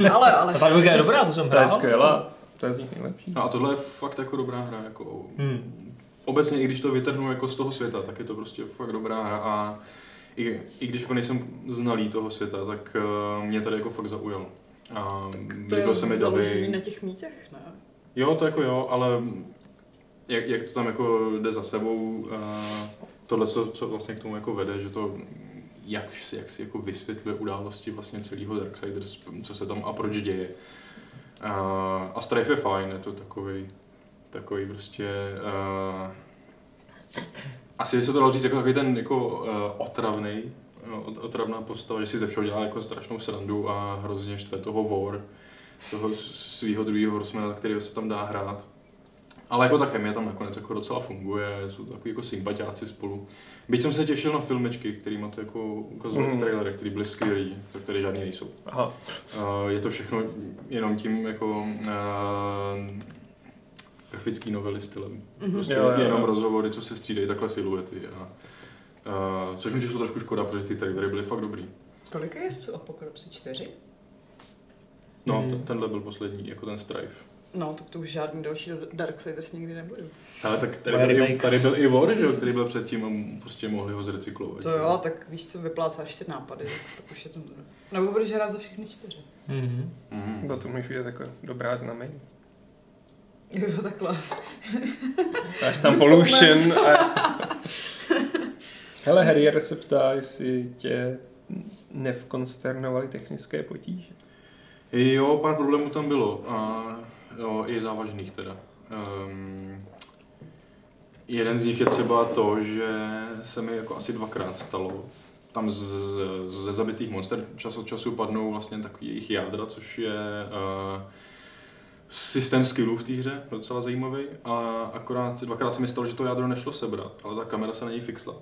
[SPEAKER 2] No, Ale, ale.
[SPEAKER 1] A ta dvojka je dobrá, to jsem
[SPEAKER 3] ta je
[SPEAKER 1] hrál.
[SPEAKER 3] skvělá. To je z nich nejlepší.
[SPEAKER 4] No a tohle je fakt jako dobrá hra, jako
[SPEAKER 1] Hmm.
[SPEAKER 4] obecně, i když to vytrhnu jako z toho světa, tak je to prostě fakt dobrá hra a i, i když jako nejsem znalý toho světa, tak uh, mě tady jako fakt zaujalo. A
[SPEAKER 2] To
[SPEAKER 4] líbil
[SPEAKER 2] je
[SPEAKER 4] se mi
[SPEAKER 2] založený
[SPEAKER 4] davy.
[SPEAKER 2] na těch mítech, ne?
[SPEAKER 4] Jo, to jako jo, ale jak, jak to tam jako jde za sebou, eh, tohle, co, co vlastně k tomu jako vede, že to jak, si- jak si jako vysvětluje události vlastně celého Darksiders, co se tam a proč děje. Eh, A Strife je fajn, je to takový, takový prostě, eh, asi by se to dalo říct jako takový ten jako eh, otravnej, eh, ot- otravná postava, že si ze všeho dělá jako strašnou srandu a hrozně štve toho War, toho svého druhého horsemana, kterého se tam dá hrát. Ale jako ta chemie tam nakonec jako docela funguje, jsou takový jako sympatiáci spolu. Byť jsem se těšil na filmečky, kterýma to jako ukazovali
[SPEAKER 3] Mhm.
[SPEAKER 4] v trailerech, které byly skvělý, tak tady žádný nejsou.
[SPEAKER 3] Aha.
[SPEAKER 4] Eh, je to všechno jenom tím jako eh, grafický novely stylem.
[SPEAKER 2] Mhm.
[SPEAKER 4] Prostě
[SPEAKER 3] Jo, jo,
[SPEAKER 4] jenom
[SPEAKER 3] jo.
[SPEAKER 4] rozhovory, co se střídají, takhle siluety. A, eh, což mi přišlo trošku škoda, protože ty trailery byly fakt dobrý.
[SPEAKER 5] Kolik je z Apokalypsy 4?
[SPEAKER 4] No,
[SPEAKER 3] Mhm.
[SPEAKER 1] Hmm.
[SPEAKER 4] ten, tenhle byl poslední, jako ten Strife.
[SPEAKER 2] No, tak to už žádný další Darksiders nikdy nebude.
[SPEAKER 4] Ale tak tady,
[SPEAKER 1] Moje
[SPEAKER 4] byl, i-
[SPEAKER 1] remake.
[SPEAKER 4] tady byl i War, že, jo, který byl předtím a prostě mohli ho zrecyklovat.
[SPEAKER 2] To jo, tak víš co, vyplácáš ty nápady, tak už je to... Nebo budeš hrát za všechny čtyři.
[SPEAKER 1] Mhm.
[SPEAKER 4] Mhm.
[SPEAKER 3] Bo to můžu je takové dobrá znamení.
[SPEAKER 2] Jo, takhle.
[SPEAKER 3] Až tam pollution a... Hele, Harrier se ptá, jestli tě nevkonsternovaly technické potíže.
[SPEAKER 4] Jo, pár problémů tam bylo. A, jo, i závažných teda. Um, jeden z nich je třeba to, že se mi jako asi dvakrát stalo. Tam z, z, ze zabitých monster čas od času padnou vlastně takový jejich jádra, což je uh, systém skillů v té hře, docela zajímavý. A akorát dvakrát se mi stalo, že to jádro nešlo sebrat, ale ta kamera se na něj fixla.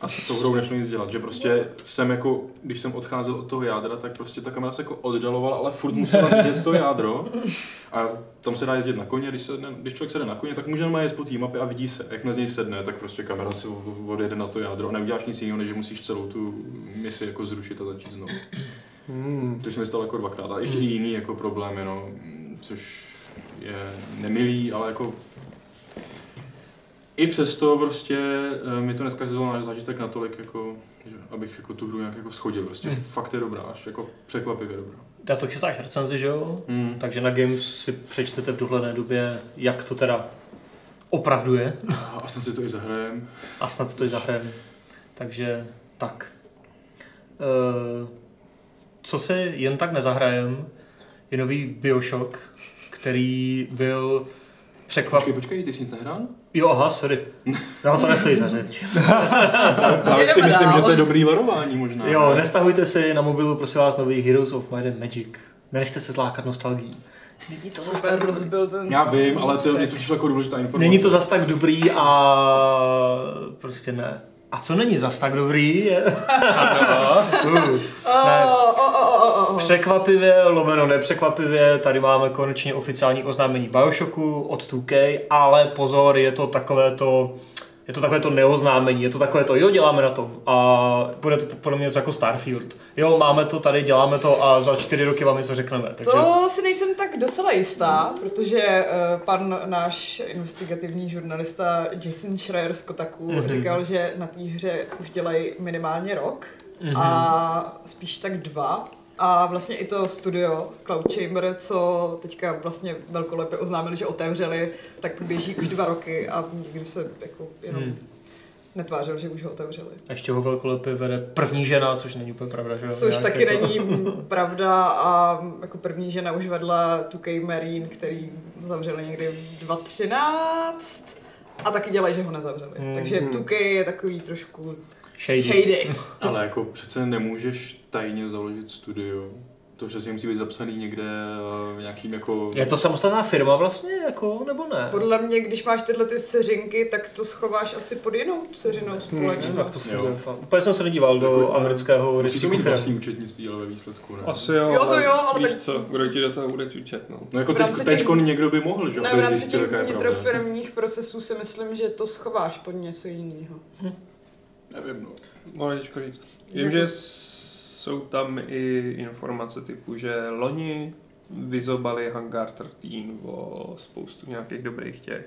[SPEAKER 4] A s tou hrou nešlo nic dělat, že prostě jsem jako, když jsem odcházel od toho jádra, tak prostě ta kamera se jako oddalovala, ale furt musela vidět to jádro. A tam se dá jezdit na koně, když, se, ne, když člověk sedne na koně, tak může normálně jezdit po té mapě a vidí se. Jak na z něj sedne, tak prostě kamera si o- odjede na to jádro a neuděláš nic jiného, než že musíš celou tu misi jako zrušit a začít znovu.
[SPEAKER 3] Hmm.
[SPEAKER 4] To se mi stalo jako dvakrát. A
[SPEAKER 1] Hmm.
[SPEAKER 4] ještě i jiný jako problémy, no, mm, což je nemilý, ale jako i přesto prostě eh, mi to neskazilo náš zážitek natolik, jako, že abych jako tu hru nějak jako schodil. Prostě
[SPEAKER 1] Hmm.
[SPEAKER 4] fakt je dobrá, až jako překvapivě dobrá.
[SPEAKER 1] Já to chystáš recenzi, že jo?
[SPEAKER 4] Mm.
[SPEAKER 1] Takže na Games si přečtete v dohledné době, jak to teda opravdu je
[SPEAKER 4] A snad si to i zahrajem.
[SPEAKER 1] a snad to i zahrajeme. Takže tak. Eh, co se jen tak nezahrajem, je nový Bioshock, který byl překvap...
[SPEAKER 4] Počkej, počkej, ty jsi nic nehrál?
[SPEAKER 1] Jo, aha, sorry. No, to nestojí za řeč.
[SPEAKER 4] Právě si
[SPEAKER 2] Jdeme
[SPEAKER 4] myslím,
[SPEAKER 2] dál.
[SPEAKER 4] že to je dobrý varování možná.
[SPEAKER 1] Jo, nestahujte si na mobilu, prosím vás, nový Heroes of Might and Magic. Nenechte se zlákat nostalgií.
[SPEAKER 2] Není to super rozbil ten...
[SPEAKER 4] Já vím, ale to je to přišlo jako důležitá informace.
[SPEAKER 1] Není to zas tak dobrý a prostě ne. A co není zas tak dobrý je... Uh, ne.
[SPEAKER 2] O, o, o, o, o, o.
[SPEAKER 1] Překvapivě, lomeno nepřekvapivě, tady máme konečně oficiální oznámení Bioshocku od 2K, ale pozor, je to takové to, je to takové to neoznámení, je to takové to, jo, děláme na tom a bude to podle mě něco jako Starfield. Jo, máme to tady, děláme to a za čtyři roky vám něco řekneme, takže...
[SPEAKER 2] To si nejsem tak docela jistá, protože eh, pan náš investigativní žurnalista Jason Schreier z Kotaku
[SPEAKER 1] Mhm.
[SPEAKER 2] říkal, že na té hře už dělají minimálně rok
[SPEAKER 1] Mhm.
[SPEAKER 2] a spíš tak dva. A vlastně i to studio Cloud Chamber, co teďka vlastně velkolepě oznámili, že otevřeli, tak běží už dva roky a nikdo se jako jenom
[SPEAKER 1] Hmm.
[SPEAKER 2] netvářil, že už ho otevřeli.
[SPEAKER 1] A ještě ho velkolepě vede první žena, což není úplně pravda, že jo?
[SPEAKER 2] Což
[SPEAKER 1] Nějak jako
[SPEAKER 2] taky není pravda a jako první žena už vedla 2K Marine, který zavřeli někdy v 2013 A taky dělají, že ho nezavřeli.
[SPEAKER 1] Mhm.
[SPEAKER 2] Mm. Takže Tukej je takový trošku
[SPEAKER 1] Shady.
[SPEAKER 2] shady.
[SPEAKER 4] Ale jako přece nemůžeš tajně založit studio. To přesně musí být zapsaný někde eh, v nějakým jako...
[SPEAKER 1] Je to samostatná firma vlastně, jako, nebo ne?
[SPEAKER 2] Podle mě, když máš tyhle ty seřinky, tak to schováš asi pod jinou seřinou
[SPEAKER 1] Nevím,
[SPEAKER 2] společnou.
[SPEAKER 1] jak to
[SPEAKER 4] Jo. Jako, eh,
[SPEAKER 1] funguje. fakt. Úplně jsem se nedíval do amerického
[SPEAKER 4] Musí to
[SPEAKER 1] rejstříku
[SPEAKER 4] mít vlastní
[SPEAKER 1] firm.
[SPEAKER 4] účetnictví, ale ve výsledku ne.
[SPEAKER 3] Asi jo,
[SPEAKER 2] Jo, to jo, ale
[SPEAKER 3] víš
[SPEAKER 2] tak-
[SPEAKER 3] co, kdo ti do toho bude čučet, no.
[SPEAKER 4] No jako
[SPEAKER 2] V
[SPEAKER 4] teď,
[SPEAKER 2] rámci těch-
[SPEAKER 4] teďko někdo by mohl, že?
[SPEAKER 2] Ne,
[SPEAKER 4] aby
[SPEAKER 2] v rámci
[SPEAKER 4] zjistil,
[SPEAKER 2] těch
[SPEAKER 4] jaká je pravda.
[SPEAKER 2] vnitrofirmních procesů si myslím, že to schováš pod něco jiného.
[SPEAKER 4] Nevím, no.
[SPEAKER 3] Mohlo těžko říct. Vím, že jsou tam i informace typu, že loni vyzobali Hangar 13 o spoustu nějakých dobrých těch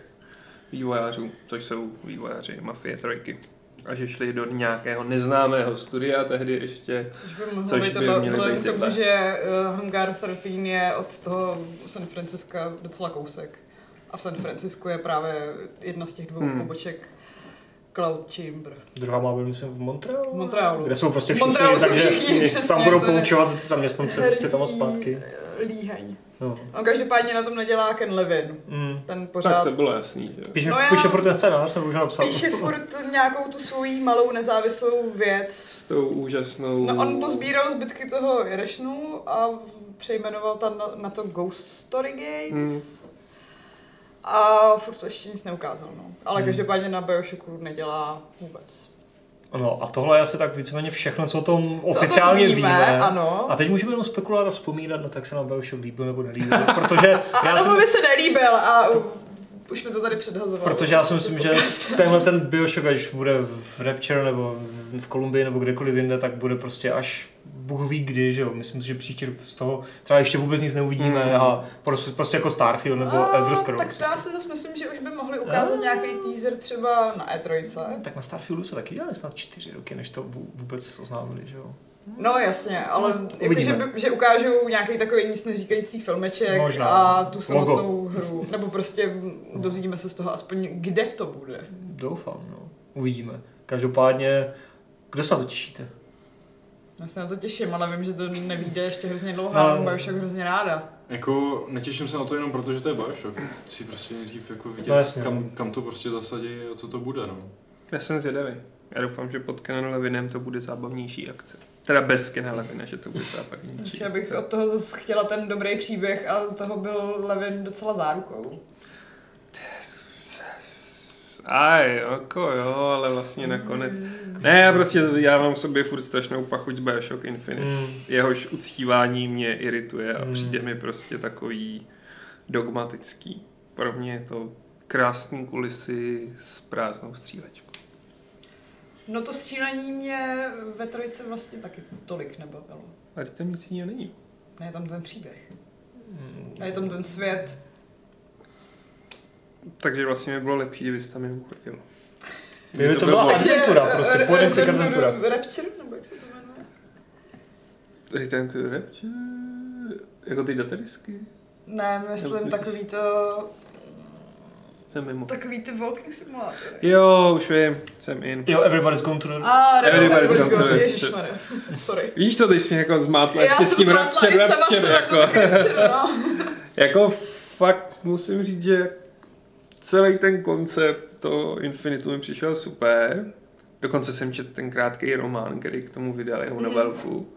[SPEAKER 3] vývojářů, což jsou vývojáři Mafie trojky. A že šli do nějakého neznámého studia tehdy ještě.
[SPEAKER 2] Což by mohlo
[SPEAKER 3] Což
[SPEAKER 2] být
[SPEAKER 3] by
[SPEAKER 2] tebe,
[SPEAKER 3] měly
[SPEAKER 2] vzhledem
[SPEAKER 3] být
[SPEAKER 2] k tomu,
[SPEAKER 3] tyhle.
[SPEAKER 2] že uh, Hangar 13 je od toho San Francisca docela kousek. A v San Francisku je právě jedna z těch dvou
[SPEAKER 3] Hmm.
[SPEAKER 2] hmm. poboček Cloud Chamber.
[SPEAKER 1] Druhá má být, myslím, v Montrealu.
[SPEAKER 2] V Montrealu.
[SPEAKER 1] Kde jsou prostě
[SPEAKER 2] V
[SPEAKER 1] všichni,
[SPEAKER 2] Montrealu jsou
[SPEAKER 1] takže
[SPEAKER 2] všichni,
[SPEAKER 1] jich
[SPEAKER 2] přesně,
[SPEAKER 1] tam budou
[SPEAKER 2] to je-
[SPEAKER 1] poučovat zaměstnance prostě tam a zpátky.
[SPEAKER 2] eh, Líheň.
[SPEAKER 1] No.
[SPEAKER 2] On každopádně na tom nedělá Ken Levin.
[SPEAKER 1] Mm.
[SPEAKER 2] Ten
[SPEAKER 3] Pořád. Tak
[SPEAKER 2] pořád
[SPEAKER 3] to bylo jasný, že jo.
[SPEAKER 1] Píše,
[SPEAKER 2] No já-
[SPEAKER 1] píše furt ten scénář, nebo už ho napsal.
[SPEAKER 2] píše furt nějakou tu svoji malou nezávislou věc.
[SPEAKER 3] S tou úžasnou...
[SPEAKER 2] No on pozbíral zbytky toho Irrational a přejmenoval tam na, na to Ghost Story Games. Hmm. A furt ještě nic neukázal, no. Ale
[SPEAKER 1] Hmm.
[SPEAKER 2] hmm. každopádně na Bioshocku nedělá vůbec.
[SPEAKER 1] No a tohle je asi tak víceméně všechno, co o tom
[SPEAKER 2] Co o tom
[SPEAKER 1] oficiálně víme.
[SPEAKER 2] Ano.
[SPEAKER 1] A teď můžeme jenom spekulovat a vzpomínat, no tak se nám Bioshock líbil nebo nelíbil, protože
[SPEAKER 2] A, a
[SPEAKER 1] já, si,
[SPEAKER 2] nebo by se nelíbil a u- už mi to tady předhazovalo.
[SPEAKER 1] protože já si myslím, že tenhle ten Bioshock, až bude v Rapture nebo v- v Kolumbii nebo kdekoliv jinde, tak bude prostě až Bůh ví kdy, že jo. Myslím si, že příští rok z toho třeba ještě vůbec nic neuvidíme
[SPEAKER 3] Hmm.
[SPEAKER 1] a prostě, prostě jako Starfield nebo
[SPEAKER 2] A,
[SPEAKER 1] Elder
[SPEAKER 2] Tak
[SPEAKER 1] Scrolls.
[SPEAKER 2] to já si zase myslím, že už by mohli ukázat nějaký teaser třeba na E E3.
[SPEAKER 1] Tak na Starfieldu se taky dělali snad čtyři roky, než to vů- vůbec oznámili, že jo.
[SPEAKER 2] No jasně, ale jako, že,
[SPEAKER 1] Uvidíme.
[SPEAKER 2] by- že ukážou nějaký takový nic neříkající filmeček
[SPEAKER 1] Možná.
[SPEAKER 2] a tu
[SPEAKER 1] Logo.
[SPEAKER 2] samotnou hru. Nebo prostě dozvíme se z toho aspoň, kde to bude.
[SPEAKER 1] Doufám, no. Uvidíme. Každopádně, kdo se na to těšíte?
[SPEAKER 2] Já se na to těším, ale vím, že to nevíde ještě hrozně dlouho
[SPEAKER 1] No.
[SPEAKER 2] a mám Bioshock hrozně ráda.
[SPEAKER 4] Jako netěším se na to jenom proto, že to je Bioshock. Chci prostě nejdřív jako vidět,
[SPEAKER 1] No jasně, no.
[SPEAKER 4] kam, kam, to prostě zasadí a co to bude, no.
[SPEAKER 3] Já jsem zvědavý. Já doufám, že pod Kenan Levinem to bude zábavnější akce. Teda bez Kenan Levina, že to bude zábavnější
[SPEAKER 2] Takže já bych
[SPEAKER 3] akce.
[SPEAKER 2] od toho zase chtěla ten dobrý příběh a z toho byl Levin docela zárukou.
[SPEAKER 3] Aj, jako jo, ale vlastně nakonec.
[SPEAKER 1] Mm.
[SPEAKER 3] Ne, já prostě já mám v sobě furt strašnou pachuť z Bioshock Infinite.
[SPEAKER 1] Mm.
[SPEAKER 3] Jehož uctívání mě irituje a
[SPEAKER 1] Hmm.
[SPEAKER 3] přijde mi prostě takový dogmatický. Pro mě je to krásný kulisy s prázdnou střílečkou.
[SPEAKER 2] No to střílení mě ve trojce vlastně taky tolik nebavilo.
[SPEAKER 3] Ale teď tam nic jiného není.
[SPEAKER 2] Ne, je tam ten příběh.
[SPEAKER 1] Hmm.
[SPEAKER 2] A je tam ten svět.
[SPEAKER 3] Takže vlastně mi bylo lepší, kdyby se tam jenom chodil.
[SPEAKER 1] Kdyby to byla
[SPEAKER 3] bylo
[SPEAKER 1] adventura, prostě,
[SPEAKER 2] eh,
[SPEAKER 1] pojedeme klik
[SPEAKER 2] Return to
[SPEAKER 1] adventura.
[SPEAKER 2] Rapture, nebo jak se to jmenuje?
[SPEAKER 3] Return to the Rapture? Jako ty datadisky?
[SPEAKER 2] Ne, myslím
[SPEAKER 3] Nemyslíš?
[SPEAKER 2] takový to...
[SPEAKER 3] Jsem mimo.
[SPEAKER 2] Takový ty walking simulátory.
[SPEAKER 3] Jo, už vím, jsem in.
[SPEAKER 1] Jo, everybody's going to the...
[SPEAKER 2] A
[SPEAKER 3] Everybody's Gone
[SPEAKER 2] Everybody's
[SPEAKER 3] to
[SPEAKER 2] Gone,
[SPEAKER 3] the-
[SPEAKER 2] ježišmarja. Sorry.
[SPEAKER 3] Víš to, teď jsi mě jako zmátla
[SPEAKER 2] Já
[SPEAKER 3] ještě s
[SPEAKER 2] jsem
[SPEAKER 3] tím
[SPEAKER 2] zvládla i
[SPEAKER 3] Rapture, Rapture,
[SPEAKER 2] sama sebe, jako
[SPEAKER 3] jako,
[SPEAKER 2] tak Rapture, no.
[SPEAKER 3] jako fakt musím říct, že celý ten koncept toho Infinitu mi přišel super. Dokonce jsem četl ten krátký román, který k tomu vydal jeho
[SPEAKER 2] Mhm.
[SPEAKER 3] novelku.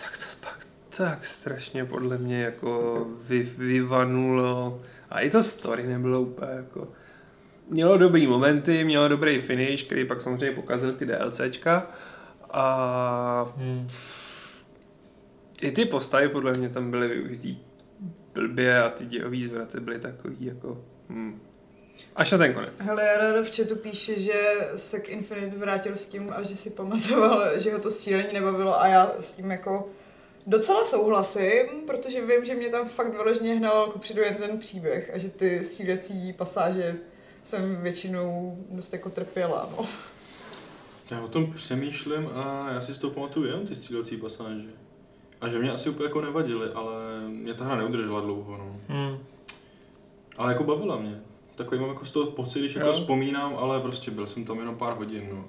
[SPEAKER 3] Tak to pak tak strašně podle mě jako vy, vyvanulo. A i to story nebylo úplně jako... Mělo dobrý momenty, mělo dobrý finish, který pak samozřejmě pokazil ty DLCčka. A
[SPEAKER 1] Hmm.
[SPEAKER 3] i ty postavy podle mě tam byly využitý blbě a ty dějový zvraty byly takový jako... Hmm. Až na ten konec.
[SPEAKER 2] Hele, RR v chatu píše, že se k Infinite vrátil s tím a že si pamatoval, že ho to střílení nebavilo a já s tím jako docela souhlasím, protože vím, že mě tam fakt vyloženě hnal kupředu jen ten příběh a že ty střílecí pasáže jsem většinou dost jako trpěla, no.
[SPEAKER 4] Já o tom přemýšlím a já si z toho pamatuju jenom ty střílecí pasáže. A že mě asi úplně jako nevadily, ale mě ta hra neudržela dlouho, no.
[SPEAKER 1] Hmm.
[SPEAKER 4] Ale jako bavila mě. Takový mám jako z toho pocit, když jako
[SPEAKER 3] Jo.
[SPEAKER 4] vzpomínám, ale prostě byl jsem tam jenom pár hodin, no.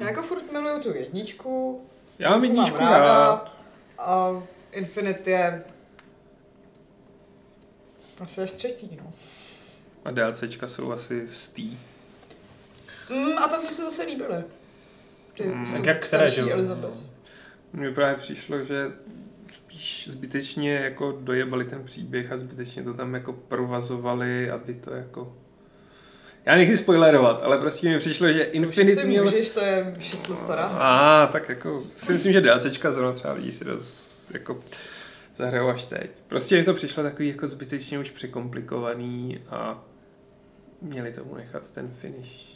[SPEAKER 2] Já jako furt miluju tu jedničku,
[SPEAKER 3] Já mám jedničku
[SPEAKER 2] mám ráda.
[SPEAKER 3] rád.
[SPEAKER 2] A Infinite je asi až třetí, no.
[SPEAKER 3] A DLCčka jsou asi stý.
[SPEAKER 2] Mm, a tam mi se zase líbily. Ty
[SPEAKER 3] Mm,
[SPEAKER 2] s
[SPEAKER 1] tak
[SPEAKER 2] tou
[SPEAKER 1] jak které,
[SPEAKER 2] starší
[SPEAKER 1] že jo?
[SPEAKER 2] Elizabeth.
[SPEAKER 3] Mně právě přišlo, že spíš zbytečně jako dojebali ten příběh a zbytečně to tam jako provazovali, aby to jako... Já nechci spoilerovat, ale prostě mi přišlo, že
[SPEAKER 2] Infinite
[SPEAKER 3] Infinite
[SPEAKER 2] si
[SPEAKER 3] měl...
[SPEAKER 2] můžeš,
[SPEAKER 3] s-
[SPEAKER 2] to je 6 let stará.
[SPEAKER 3] A, tak jako si myslím, že DLCčka zrovna třeba lidi si dost jako zahrajou až teď. Prostě mi to přišlo takový jako zbytečně už překomplikovaný a měli tomu nechat ten finish.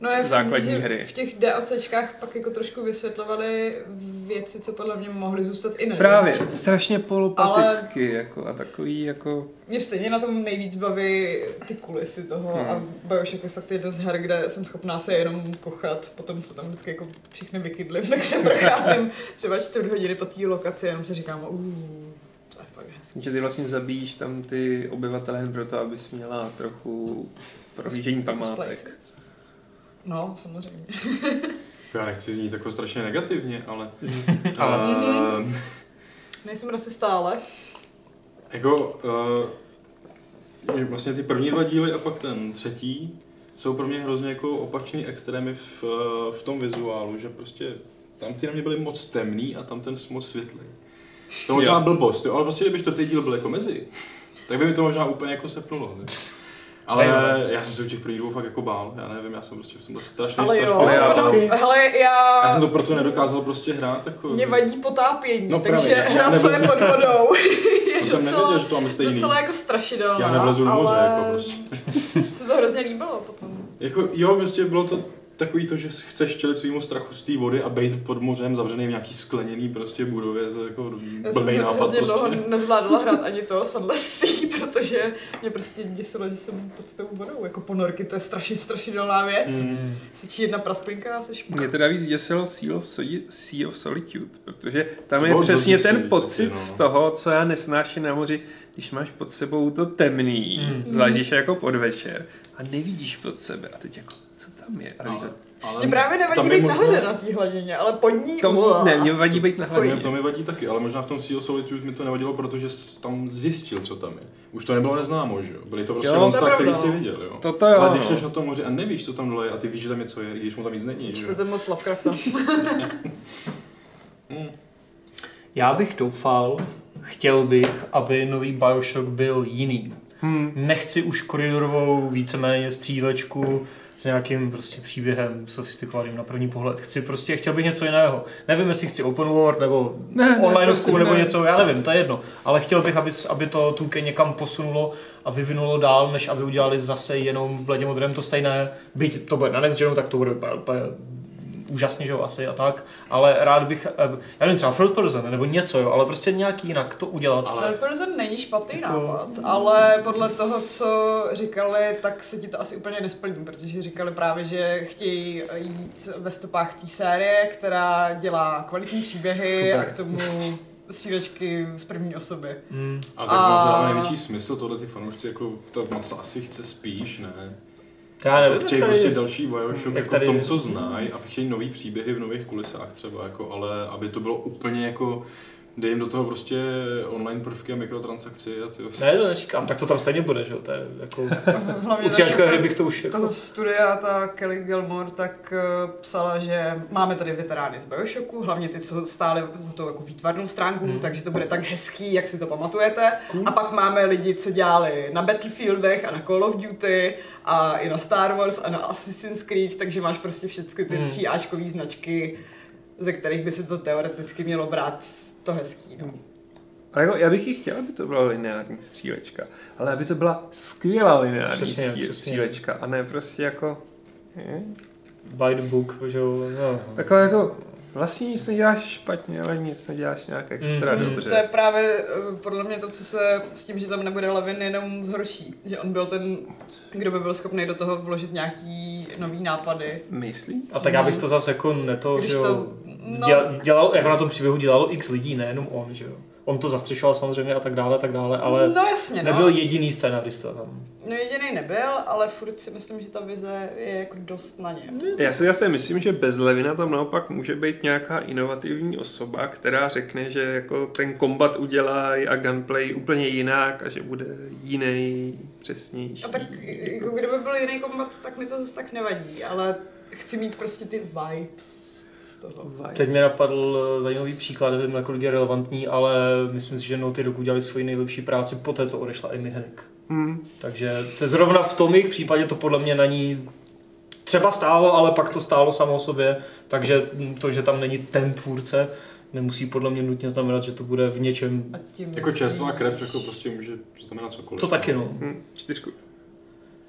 [SPEAKER 2] No je
[SPEAKER 3] základní
[SPEAKER 2] fakt, že
[SPEAKER 3] hry.
[SPEAKER 2] v těch DLCčkách pak jako trošku vysvětlovaly věci, co podle mě mohly zůstat i ne.
[SPEAKER 3] Právě, strašně polopaticky ale... jako a takový jako...
[SPEAKER 2] Mě stejně na tom nejvíc baví ty kulisy toho
[SPEAKER 3] Hmm.
[SPEAKER 2] hmm. a Bioshock je fakt jedna z her, kde jsem schopná se jenom kochat po tom, co tam vždycky jako všechny vykydlím, tak se procházím třeba čtvrt hodiny po té lokaci a jenom se říkám, uuu, to je fakt hezký.
[SPEAKER 3] Že ty vlastně zabíjíš tam ty obyvatele jen proto, abys měla trochu prohlížení památek.
[SPEAKER 2] Splice. No, samozřejmě.
[SPEAKER 4] Já nechci znít jako strašně negativně, ale...
[SPEAKER 3] Ale-
[SPEAKER 4] Ehm,
[SPEAKER 2] Nejsem asi stále.
[SPEAKER 4] Jako, uh, vlastně ty první dva díly a pak ten třetí jsou pro mě hrozně jako opačný extrémy v, eh, v tom vizuálu, že prostě tam ty na mě byly moc temný a tam ten moc světlý. To je možná
[SPEAKER 3] Jo.
[SPEAKER 4] blbost, jo, ale prostě kdyby čtvrtý díl byl jako mezi, tak by mi to možná úplně jako sepnulo. Ne? Ale já jsem se u těch prvních dvou fakt jako bál, já nevím, já jsem prostě v tomhle strašně,
[SPEAKER 2] Ale
[SPEAKER 4] strašně
[SPEAKER 2] jo,
[SPEAKER 3] ale já
[SPEAKER 4] bál.
[SPEAKER 2] ono,
[SPEAKER 3] taky.
[SPEAKER 2] hele, já...
[SPEAKER 4] já jsem to proto nedokázal prostě hrát, jako...
[SPEAKER 2] Mě vadí potápění,
[SPEAKER 4] No
[SPEAKER 2] no, takže
[SPEAKER 4] právě, já- já
[SPEAKER 2] hra, co je
[SPEAKER 4] nevlezu-
[SPEAKER 2] pod vodou, je
[SPEAKER 4] to jsem nevěděl,
[SPEAKER 2] docela,
[SPEAKER 4] že to mám stejný.
[SPEAKER 2] docela jako strašidelná.
[SPEAKER 4] Já nevlezu do moře,
[SPEAKER 2] ale
[SPEAKER 4] jako prostě.
[SPEAKER 2] Se to hrozně líbilo potom.
[SPEAKER 4] Jako, jo, prostě bylo to takový to, že chceš čelit svýmu strachu z té vody a být pod mořem zavřený v nějaký skleněný prostě budově, to je jako
[SPEAKER 2] Já jsem
[SPEAKER 4] blbej nápad
[SPEAKER 2] hrozně dlouho
[SPEAKER 4] prostě.
[SPEAKER 2] nezvládala hrát ani toho Sunlessy, protože mě prostě děsilo, že jsem pod tou vodou. Jako ponorky, to je strašně strašidelná věc. Mm.
[SPEAKER 3] Hm,
[SPEAKER 4] Mm.
[SPEAKER 2] Sečí jedna prasklinka a seš...
[SPEAKER 3] Mě teda víc děsilo Seal of, Soli- sea of Solitude, protože tam
[SPEAKER 4] To
[SPEAKER 3] je
[SPEAKER 4] bylo
[SPEAKER 3] přesně
[SPEAKER 4] hrozný
[SPEAKER 3] ten
[SPEAKER 4] Solitude,
[SPEAKER 3] pocit
[SPEAKER 4] no.
[SPEAKER 3] z toho, co já nesnáším na moři, když máš pod sebou to temný,
[SPEAKER 1] Mm.
[SPEAKER 3] zvlášť když je jako podvečer a nevidíš pod sebe a teď jako, co tam je? Ale, to,
[SPEAKER 4] ale
[SPEAKER 2] Mě právě nevadí
[SPEAKER 4] Hmm. tam je no,
[SPEAKER 2] být
[SPEAKER 4] možná-
[SPEAKER 2] nahoře na té hladině, ale pod ní...
[SPEAKER 3] to ne, mě vadí být na
[SPEAKER 4] Mě
[SPEAKER 3] hlavě.
[SPEAKER 4] v tom mi vadí taky, ale možná v tom Sea of Solitude mi to nevadilo, protože s- tam zjistil, co tam je. Už to nebylo neznámo, že jo? Byly to prostě
[SPEAKER 3] Jo, to je no.
[SPEAKER 4] monstra, který
[SPEAKER 2] pravda.
[SPEAKER 4] jsi viděl, jo?
[SPEAKER 3] Toto jo,
[SPEAKER 4] ale když
[SPEAKER 3] no.
[SPEAKER 4] jsi na tom moři a nevíš, co tam dole je, a ty víš, že tam něco je, i když mu tam nic není, že jo?
[SPEAKER 2] Čtete moc Lovecrafta.
[SPEAKER 1] Já bych doufal, chtěl bych, aby nový Bioshock byl jiný.
[SPEAKER 3] Hmm.
[SPEAKER 1] Nechci už koridorovou víceméně střílečku s nějakým prostě příběhem sofistikovaným na první pohled. Chci prostě, chtěl bych něco jiného. Nevím, jestli chci open world nebo
[SPEAKER 3] Ne, ne,
[SPEAKER 1] online
[SPEAKER 3] prosím,
[SPEAKER 1] nebo
[SPEAKER 3] ne.
[SPEAKER 1] něco, já nevím, to je jedno. Ale chtěl bych, aby, s- aby to Tuke někam posunulo a vyvinulo dál, než aby udělali zase jenom v bledě modrém to stejné. Byť to bude na Next Genu, tak to bude úplně, úplně úžasně, že jo, asi a tak. Ale rád bych, eh, já nevím, třeba third person nebo něco, jo, ale prostě nějaký jinak to udělat.
[SPEAKER 4] Ale
[SPEAKER 2] Third person není špatný
[SPEAKER 1] Jako-
[SPEAKER 2] nápad, ale podle toho, co říkali, tak se ti to asi úplně nesplní, protože říkali právě, že chtějí jít ve stopách té série, která dělá kvalitní příběhy
[SPEAKER 1] Super.
[SPEAKER 2] a k tomu střílečky z první osoby.
[SPEAKER 1] Mm.
[SPEAKER 4] a tak mám to
[SPEAKER 2] A-
[SPEAKER 4] dává největší smysl, tohle ty fanoušci, jako ta masa asi chce spíš, ne?
[SPEAKER 1] To já nevím.
[SPEAKER 4] Chtějí prostě další Bioshock
[SPEAKER 1] Jak
[SPEAKER 4] jako
[SPEAKER 1] tady-
[SPEAKER 4] v tom, co znají a chtějí nový příběhy v nových kulisách třeba, jako, ale aby to bylo úplně jako dej jim do toho prostě online prvky a mikrotransakci a ty
[SPEAKER 1] Ne, to nečekám, tak to tam stejně bude, že jo, to je jako...
[SPEAKER 2] Hlavně
[SPEAKER 1] U Ciačka
[SPEAKER 2] naše-
[SPEAKER 1] hry bych to už... Jako...
[SPEAKER 2] toho studia, ta Kelly Gilmore, tak eh, psala, že máme tady veterány z Bioshocku, hlavně ty, co stáli za tou jako výtvarnou stránku,
[SPEAKER 1] Mhm.
[SPEAKER 2] hmm. takže to bude tak hezký, jak si to pamatujete. A pak máme lidi, co dělali na Battlefieldech a na Call of Duty a i na Star Wars a na Assassin's Creed, takže máš prostě všechny ty
[SPEAKER 1] Hmm.
[SPEAKER 2] hmm. tří Ačkový značky, ze kterých by se to teoreticky mělo brát to hezký. No.
[SPEAKER 3] Ale jako, já bych i chtěl, aby to byla lineární střílečka, ale aby to byla skvělá lineární
[SPEAKER 1] Přesně,
[SPEAKER 3] stří-
[SPEAKER 1] přesně.
[SPEAKER 3] střílečka a ne prostě jako... hm,
[SPEAKER 1] By the book, že jo, no.
[SPEAKER 3] Taková jako... Vlastně nic neděláš špatně, ale nic neděláš nějak extra
[SPEAKER 1] Mm,
[SPEAKER 3] mm,
[SPEAKER 1] mm.
[SPEAKER 3] dobře.
[SPEAKER 2] Hmm, To je právě eh, podle mě to, co se s tím, že tam nebude Levin, jenom zhorší. Že on byl ten, kdo by byl schopný do toho vložit nějaký nový nápady.
[SPEAKER 3] Myslí?
[SPEAKER 1] A tak já bych to zase jako neto,
[SPEAKER 2] Když
[SPEAKER 1] že jo,
[SPEAKER 2] to- no.
[SPEAKER 1] dělal, dělal, jako na tom příběhu dělalo x lidí, nejenom on, že jo. On to zastřešoval samozřejmě a tak dále, a tak dále, ale
[SPEAKER 2] no jasně, no.
[SPEAKER 1] nebyl jediný scénarista tam.
[SPEAKER 2] No jediný nebyl, ale furt si myslím, že ta vize je jako dost na něm.
[SPEAKER 3] Já si zase myslím, že bez Levina tam naopak může být nějaká inovativní osoba, která řekne, že jako ten kombat udělá a gunplay úplně jinak a že bude jiný, přesnější.
[SPEAKER 2] A tak jako kdyby byl jiný kombat, tak mi to zase tak nevadí, ale chci mít prostě ty vibes z toho.
[SPEAKER 1] Teď mi napadl eh, zajímavý příklad, nevím, nakolik je relevantní, ale myslím si, že Naughty Dog udělali svoji nejlepší práci po té, co odešla Amy Hennig.
[SPEAKER 3] Hmm.
[SPEAKER 1] Takže to je zrovna v tom jejich případě to podle mě na ní třeba stálo, ale pak to stálo samo o sobě, takže hm, to, že tam není ten tvůrce, nemusí podle mě nutně znamenat, že to bude v něčem.
[SPEAKER 2] A tím
[SPEAKER 4] Jako čerstvá krev jako prostě může znamenat cokoliv.
[SPEAKER 1] To taky no.
[SPEAKER 3] Hmm. Čtyřku.